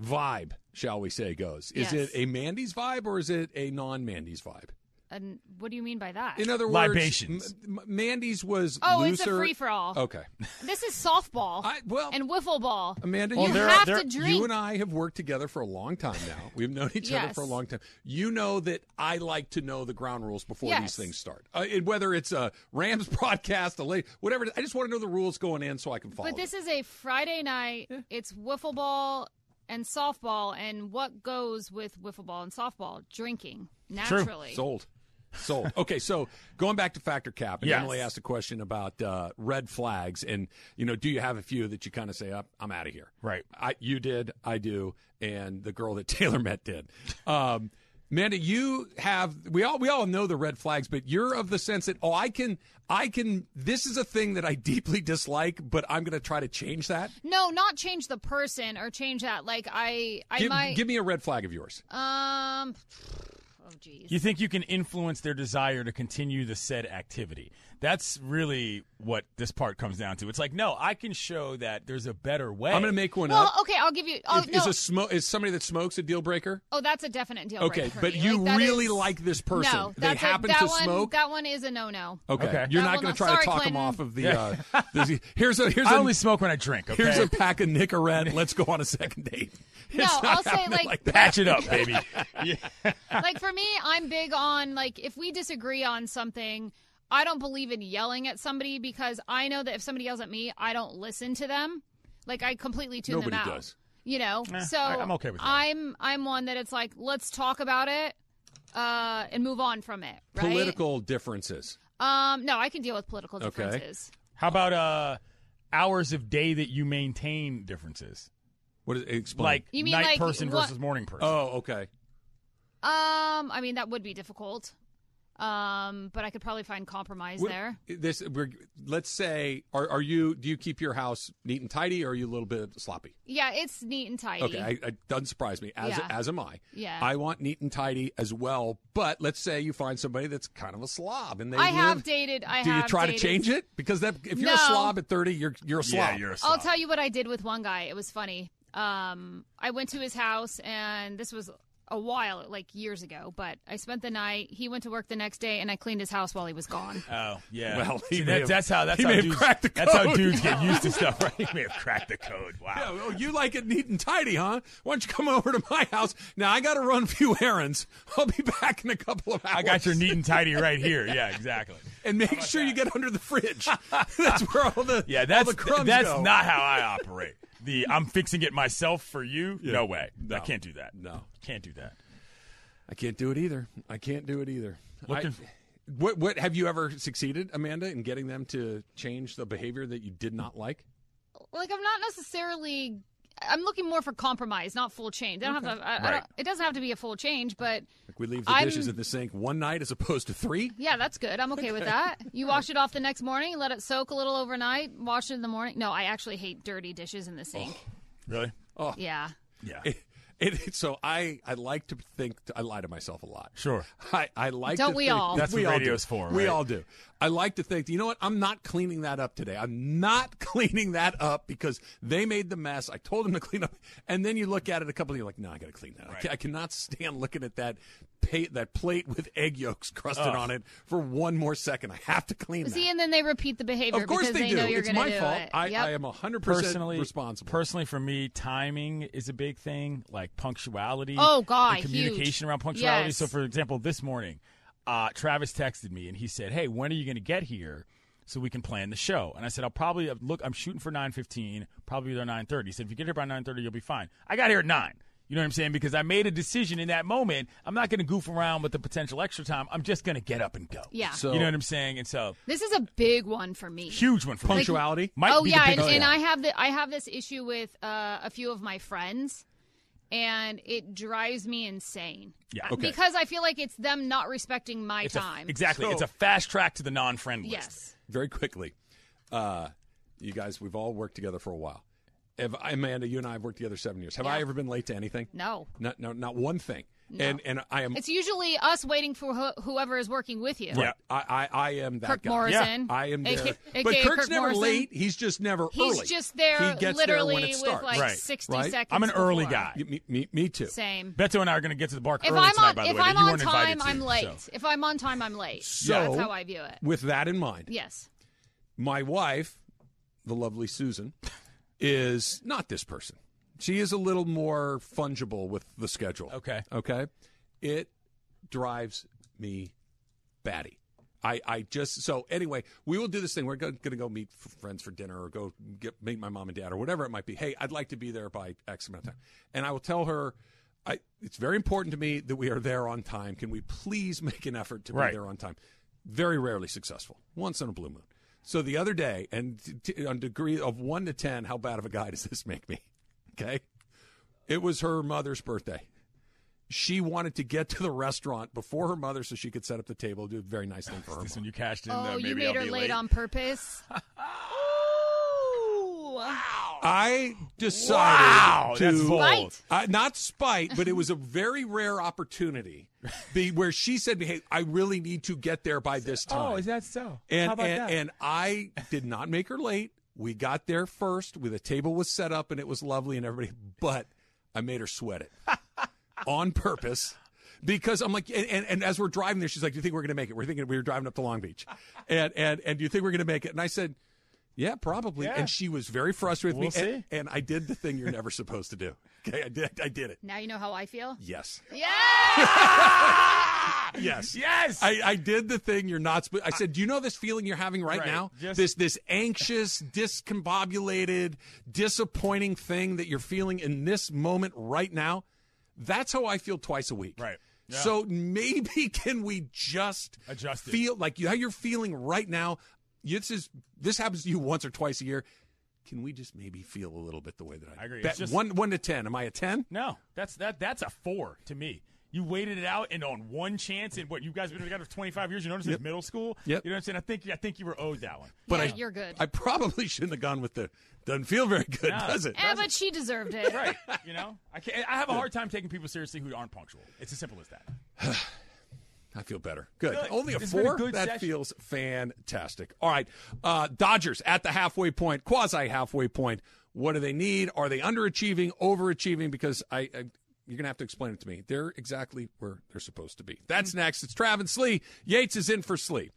[SPEAKER 1] vibe, shall we say, goes, is
[SPEAKER 9] Yes.
[SPEAKER 1] it a Mandy's vibe or is it a non-Mandy's vibe?
[SPEAKER 9] an, what do you mean by that?
[SPEAKER 1] In other words,
[SPEAKER 2] Libations.
[SPEAKER 1] M- M- Mandy's was
[SPEAKER 9] Oh, it's a
[SPEAKER 1] looser.
[SPEAKER 9] free-for-all.
[SPEAKER 1] Okay,
[SPEAKER 9] this is softball
[SPEAKER 1] I, well,
[SPEAKER 9] and wiffle ball.
[SPEAKER 1] Amanda,
[SPEAKER 9] you
[SPEAKER 1] you,
[SPEAKER 2] there are-
[SPEAKER 9] have
[SPEAKER 2] there-
[SPEAKER 9] to drink.
[SPEAKER 1] you and I have worked together for a long time now. We've known each other
[SPEAKER 9] Yes.
[SPEAKER 1] for a long time. You know that I like to know the ground rules before these
[SPEAKER 9] Yes.
[SPEAKER 1] things start. Uh, it- whether it's a Rams broadcast, a late, whatever, it is, I just want to know the rules going in so I can follow.
[SPEAKER 9] But this
[SPEAKER 1] them.
[SPEAKER 9] is a Friday night. It's wiffle ball and softball, and what goes with wiffle ball and softball? Drinking naturally.
[SPEAKER 1] sold. Sold. Okay, so going back to factor cap, and
[SPEAKER 2] Yes.
[SPEAKER 1] Emily asked a question about uh, red flags, and you know, do you have a few that you kind of say, "Up, I'm out of here."
[SPEAKER 2] Right.
[SPEAKER 1] I, you did, I do, and the girl that Taylor met did. Um, Amanda, you have we all we all know the red flags, but you're of the sense that oh, I can, I can. This is a thing that I deeply dislike, but I'm going to try to change that.
[SPEAKER 9] No, not change the person or change that. Like I, I
[SPEAKER 1] Give,
[SPEAKER 9] might.
[SPEAKER 1] give me a red flag of yours.
[SPEAKER 9] um. Oh geez.
[SPEAKER 2] You think you can influence their desire to continue the said activity. That's really what this part comes down to. It's like, no, I can show that there's a better way.
[SPEAKER 1] I'm going to make one
[SPEAKER 9] Well,
[SPEAKER 1] up.
[SPEAKER 9] okay, I'll give you. Oh,
[SPEAKER 1] Is-
[SPEAKER 9] no.
[SPEAKER 1] is a smo- is somebody that smokes a deal breaker?
[SPEAKER 9] oh that's a definite deal.
[SPEAKER 1] Okay,
[SPEAKER 9] breaker for
[SPEAKER 1] but
[SPEAKER 9] me.
[SPEAKER 1] you
[SPEAKER 9] Like, that
[SPEAKER 1] really
[SPEAKER 9] is-
[SPEAKER 1] like this person.
[SPEAKER 9] No,
[SPEAKER 1] they
[SPEAKER 9] that's a-
[SPEAKER 1] happen
[SPEAKER 9] that
[SPEAKER 1] to
[SPEAKER 9] one,
[SPEAKER 1] smoke.
[SPEAKER 9] That one is a no-no.
[SPEAKER 1] okay.
[SPEAKER 2] Okay.
[SPEAKER 1] you're
[SPEAKER 9] That
[SPEAKER 1] not
[SPEAKER 9] will
[SPEAKER 1] going to try
[SPEAKER 9] not-
[SPEAKER 1] to
[SPEAKER 9] Uh, sorry,
[SPEAKER 1] talk them
[SPEAKER 9] Clinton.
[SPEAKER 1] off of the. Uh, the here's a here's
[SPEAKER 2] I
[SPEAKER 1] a
[SPEAKER 2] only smoke when I drink. Okay,
[SPEAKER 1] here's a pack of Nicorette. Let's go on a second date. It's
[SPEAKER 9] No,
[SPEAKER 1] not
[SPEAKER 9] I'll say,
[SPEAKER 1] happening
[SPEAKER 9] like-
[SPEAKER 1] that.
[SPEAKER 2] patch it up, baby.
[SPEAKER 9] like for me, I'm big on like if we disagree on something, I don't believe in yelling at somebody because I know that if somebody yells at me, I don't listen to them. Like I completely tune
[SPEAKER 1] Nobody
[SPEAKER 9] them out.
[SPEAKER 1] does.
[SPEAKER 9] You know, so
[SPEAKER 2] Eh, I- I'm okay with that.
[SPEAKER 9] I'm I'm one that it's like let's talk about it uh, and move on from it. Right?
[SPEAKER 1] Political differences.
[SPEAKER 9] Um, no, I can deal with political
[SPEAKER 1] Okay.
[SPEAKER 9] differences.
[SPEAKER 2] How about uh, hours of day that you maintain differences,
[SPEAKER 1] What is, explain?
[SPEAKER 2] like
[SPEAKER 9] You mean,
[SPEAKER 2] night
[SPEAKER 9] like,
[SPEAKER 2] person
[SPEAKER 9] what-
[SPEAKER 2] versus morning person?
[SPEAKER 1] oh, okay.
[SPEAKER 9] Um, I mean that would be difficult. Um, but I could probably find compromise
[SPEAKER 1] What-
[SPEAKER 9] there.
[SPEAKER 1] This we're, let's say are are you do you keep your house neat and tidy or are you a little bit sloppy?
[SPEAKER 9] Yeah, it's neat and tidy.
[SPEAKER 1] Okay, I, I, doesn't surprise me. As
[SPEAKER 9] Yeah.
[SPEAKER 1] as am I.
[SPEAKER 9] Yeah.
[SPEAKER 1] I want neat and tidy as well. But let's say you find somebody that's kind of a slob, and they
[SPEAKER 9] I
[SPEAKER 1] live,
[SPEAKER 9] have dated. I
[SPEAKER 1] Do you
[SPEAKER 9] have
[SPEAKER 1] try to
[SPEAKER 9] dated.
[SPEAKER 1] change it? Because that if you're a
[SPEAKER 9] No.
[SPEAKER 1] slob at thirty, you're you're a slob.
[SPEAKER 2] yeah, you're a
[SPEAKER 9] I'll
[SPEAKER 2] slob.
[SPEAKER 9] tell you what I did with one guy. It was funny. Um, I went to his house, and this was a while, like years ago. But I spent the night. He went to work the next day, and I cleaned his house while he was gone.
[SPEAKER 2] Oh yeah.
[SPEAKER 1] Well, he
[SPEAKER 2] See,
[SPEAKER 1] may
[SPEAKER 2] that-
[SPEAKER 1] have-
[SPEAKER 2] that's how that's
[SPEAKER 1] he
[SPEAKER 2] how
[SPEAKER 1] may have
[SPEAKER 2] dudes
[SPEAKER 1] cracked the
[SPEAKER 2] that's how
[SPEAKER 1] code.
[SPEAKER 2] dudes get used to stuff. Right? He may have cracked the code. Wow.
[SPEAKER 1] Yeah, well, you like it neat and tidy, huh? Why don't you come over to my house? Now I got to run a few errands. I'll be back in a couple of hours.
[SPEAKER 2] I got your neat and tidy right here. Yeah, exactly.
[SPEAKER 1] And make sure you get under the fridge. that's where all the
[SPEAKER 2] Yeah, that's
[SPEAKER 1] all the crumbs
[SPEAKER 2] that's
[SPEAKER 1] go.
[SPEAKER 2] not how I operate. The I'm fixing it myself for you. No way. I
[SPEAKER 1] No.
[SPEAKER 2] can't do that.
[SPEAKER 1] No.
[SPEAKER 2] Can't do that.
[SPEAKER 1] I can't do it either. I can't do it either.
[SPEAKER 2] Looking-
[SPEAKER 1] I- what what have you ever succeeded, Amanda, in getting them to change the behavior that you did not like?
[SPEAKER 9] like I'm not necessarily. I'm looking more for compromise, not full change. They don't have to. I, I
[SPEAKER 2] Right.
[SPEAKER 9] don't, it doesn't have to be a full change, but
[SPEAKER 1] Like we leave the
[SPEAKER 9] I'm-
[SPEAKER 1] dishes in the sink one night as opposed to three.
[SPEAKER 9] yeah, that's good. I'm okay with that. You wash it off the next morning, let it soak a little overnight, wash it in the morning. No, I actually hate dirty dishes in the sink.
[SPEAKER 2] Really?
[SPEAKER 9] Yeah.
[SPEAKER 2] Yeah.
[SPEAKER 1] Oh, It, it- so I I like to think I lie to myself a lot.
[SPEAKER 2] Sure.
[SPEAKER 1] I, I like
[SPEAKER 9] Don't
[SPEAKER 1] to
[SPEAKER 9] we
[SPEAKER 1] think-
[SPEAKER 9] all?
[SPEAKER 2] That's
[SPEAKER 1] we
[SPEAKER 2] what
[SPEAKER 1] all
[SPEAKER 2] radio's
[SPEAKER 1] do.
[SPEAKER 2] for,
[SPEAKER 1] We
[SPEAKER 2] right?
[SPEAKER 1] all do. I like to think, you know what? I'm not cleaning that up today. I'm not cleaning that up because they made the mess. I told them to clean up. And then you look at it a couple and you're like, no, I got to clean that up. I, ca- I cannot stand looking at that pa- that plate with egg yolks crusted on it for one more second. I have to clean
[SPEAKER 9] See,
[SPEAKER 1] that.
[SPEAKER 9] and then they repeat the behavior
[SPEAKER 1] Of course
[SPEAKER 9] because they,
[SPEAKER 1] do.
[SPEAKER 9] know you're
[SPEAKER 1] it's
[SPEAKER 9] going to
[SPEAKER 1] my
[SPEAKER 9] do
[SPEAKER 1] fault.
[SPEAKER 9] it.
[SPEAKER 1] I,
[SPEAKER 9] Yep.
[SPEAKER 1] I um, am 100%
[SPEAKER 2] Personally
[SPEAKER 1] responsible.
[SPEAKER 2] Personally, for me, timing is a big thing, like punctuality.
[SPEAKER 9] Oh, God,
[SPEAKER 2] and communication
[SPEAKER 9] huge.
[SPEAKER 2] around punctuality.
[SPEAKER 9] Yes.
[SPEAKER 2] So, for example, this morning, uh, Travis texted me and he said, "Hey, when are you going to get here so we can plan the show?" And I said, "I'll probably uh, look. I'm shooting for 9:15, probably there 9:30." He said, "If you get here by 9:30, you'll be fine." I got here at nine. You know what I'm saying? Because I made a decision in that moment. I'm not going to goof around with the potential extra time. I'm just going to get up and go.
[SPEAKER 9] Yeah.
[SPEAKER 1] So-
[SPEAKER 2] you know what I'm saying? And so,
[SPEAKER 9] This is a big one for me.
[SPEAKER 2] huge one for me.
[SPEAKER 1] Punctuality?
[SPEAKER 2] Might
[SPEAKER 9] oh
[SPEAKER 2] be the
[SPEAKER 9] yeah, and,
[SPEAKER 2] biggest
[SPEAKER 9] and
[SPEAKER 2] one.
[SPEAKER 9] I have the I have this issue with uh, a few of my friends, and it drives me insane. Uh,
[SPEAKER 2] Yeah, okay.
[SPEAKER 9] Because I feel like it's them not respecting my
[SPEAKER 2] It's a-
[SPEAKER 9] time.
[SPEAKER 2] exactly.
[SPEAKER 1] So-
[SPEAKER 2] it's a fast track to the non-friend list.
[SPEAKER 9] Yes.
[SPEAKER 1] very quickly. Uh, you guys, we've all worked together for a while. Have, Amanda, you and I have worked together seven years. Have I
[SPEAKER 9] Yeah.
[SPEAKER 1] ever been late to anything?
[SPEAKER 9] No.
[SPEAKER 1] Not, no, not one thing. and and I am
[SPEAKER 9] It's usually us waiting for wh- whoever is working with you.
[SPEAKER 1] Yeah, I, I, I am that
[SPEAKER 9] Kirk
[SPEAKER 1] guy.
[SPEAKER 9] Morrison.
[SPEAKER 1] I am
[SPEAKER 9] A-
[SPEAKER 1] there.
[SPEAKER 9] AKA
[SPEAKER 1] but Kirk's
[SPEAKER 9] Kirk
[SPEAKER 1] never
[SPEAKER 9] Morrison.
[SPEAKER 1] late. He's just never
[SPEAKER 9] He's
[SPEAKER 1] early.
[SPEAKER 9] just there
[SPEAKER 1] He gets there
[SPEAKER 9] literally
[SPEAKER 1] when it
[SPEAKER 9] with,
[SPEAKER 1] starts.
[SPEAKER 9] like, Right. 60
[SPEAKER 1] Right?
[SPEAKER 9] seconds
[SPEAKER 2] I'm an early
[SPEAKER 9] before.
[SPEAKER 2] guy.
[SPEAKER 1] Me, me, me too.
[SPEAKER 9] Same.
[SPEAKER 2] Beto and I are going to get to the bark
[SPEAKER 9] If
[SPEAKER 2] early
[SPEAKER 9] I'm
[SPEAKER 2] tonight,
[SPEAKER 9] on,
[SPEAKER 2] by the
[SPEAKER 9] if
[SPEAKER 2] way.
[SPEAKER 9] I'm
[SPEAKER 2] but you
[SPEAKER 9] on
[SPEAKER 2] weren't invited
[SPEAKER 9] time,
[SPEAKER 2] to,
[SPEAKER 9] I'm late.
[SPEAKER 2] so.
[SPEAKER 9] If I'm on time, I'm late.
[SPEAKER 1] So
[SPEAKER 9] That's how I view it.
[SPEAKER 1] With that in mind,
[SPEAKER 9] Yes.
[SPEAKER 1] my wife, the lovely Susan, is not this person. She is a little more fungible with the schedule.
[SPEAKER 2] Okay.
[SPEAKER 1] Okay. It drives me batty. I, I just so anyway we will do this thing we're going to go meet f- friends for dinner or go get meet my mom and dad or whatever it might be hey i'd like to be there by x amount of time and i will tell her I, it's very important to me that we are there on time can we please make an effort to
[SPEAKER 2] Right.
[SPEAKER 1] be there on time very rarely successful once on a blue moon so the other day and t- t- on degree of 1 to 10 how bad of a guy does this make me okay it was her mother's birthday she wanted to get to the restaurant before her mother so she could set up the table do a very nice thing for her
[SPEAKER 2] This
[SPEAKER 1] mom.
[SPEAKER 2] when you cashed in,
[SPEAKER 9] Oh,
[SPEAKER 2] the,
[SPEAKER 9] you
[SPEAKER 2] uh, maybe
[SPEAKER 9] made
[SPEAKER 2] I'll
[SPEAKER 9] her
[SPEAKER 2] be
[SPEAKER 9] late, on purpose.
[SPEAKER 4] Oh,
[SPEAKER 1] I decided
[SPEAKER 2] Wow,
[SPEAKER 1] to
[SPEAKER 2] that's bold.
[SPEAKER 9] Spite.
[SPEAKER 1] Uh, not spite, but it was a very rare opportunity be, where she said, to me, "Hey, I really need to get there by this time."
[SPEAKER 2] Oh, is that so?
[SPEAKER 1] and
[SPEAKER 2] how about
[SPEAKER 1] and,
[SPEAKER 2] that?
[SPEAKER 1] and I did not make her late. We got there first. We, the table was set up, and it was lovely, and everybody. But I made her sweat it on purpose because I'm like, and, and, and as we're driving there, she's like, "Do you think we're going to make it?" We're thinking we were driving up to Long Beach, and and and do you think we're going to make it? And I said. Yeah, probably.
[SPEAKER 2] Yeah.
[SPEAKER 1] And she was very frustrated with
[SPEAKER 2] We'll
[SPEAKER 1] me. And,
[SPEAKER 2] see.
[SPEAKER 1] and I did the thing you're never supposed to do. Okay, I did. I did it.
[SPEAKER 9] now you know how I feel.
[SPEAKER 1] Yes,
[SPEAKER 9] Yeah.
[SPEAKER 1] yes,
[SPEAKER 2] yes.
[SPEAKER 1] I, I did the thing you're not. Sp- I said, "Do you know this feeling you're having right,
[SPEAKER 2] Right,
[SPEAKER 1] now?
[SPEAKER 2] just-
[SPEAKER 1] this this anxious, discombobulated, disappointing thing that you're feeling in this moment right now. That's how I feel twice a week.
[SPEAKER 2] Right. Yeah.
[SPEAKER 1] So maybe can we just
[SPEAKER 2] Adjust it.
[SPEAKER 1] feel like you- how you're feeling right now? You- This is this happens to you once or twice a year. Can we just maybe feel a little bit the way that I,
[SPEAKER 2] I agree.
[SPEAKER 1] Bet
[SPEAKER 2] It's just-
[SPEAKER 1] one one to ten. Am I a ten?
[SPEAKER 2] no, that's that. That's a four to me. You waited it out, and on one chance, and what you guys have been together for 25 years. You notice it's middle school.
[SPEAKER 1] Yep.
[SPEAKER 2] You know what I'm saying? I think I think you were owed that one.
[SPEAKER 1] But
[SPEAKER 9] Yeah,
[SPEAKER 1] I,
[SPEAKER 9] you're good. Eh,
[SPEAKER 1] I probably shouldn't have gone with the. Doesn't feel very good,
[SPEAKER 2] No.
[SPEAKER 1] does it?
[SPEAKER 9] Eh, but she deserved it.
[SPEAKER 2] Right. You know, I can't, I have a hard time taking people seriously who aren't punctual. It's as simple as that.
[SPEAKER 1] I feel better. Good.
[SPEAKER 2] Good.
[SPEAKER 1] Only a
[SPEAKER 2] It's been a
[SPEAKER 1] four?
[SPEAKER 2] good
[SPEAKER 1] that
[SPEAKER 2] session.
[SPEAKER 1] feels fantastic. All right. Uh, Dodgers at the halfway point, quasi halfway point. What do they need? Are they underachieving, overachieving? Because I, I you're going to have to explain it to me. They're exactly where they're supposed to be. That's next. It's Travis Slee. Yates is in for Slee.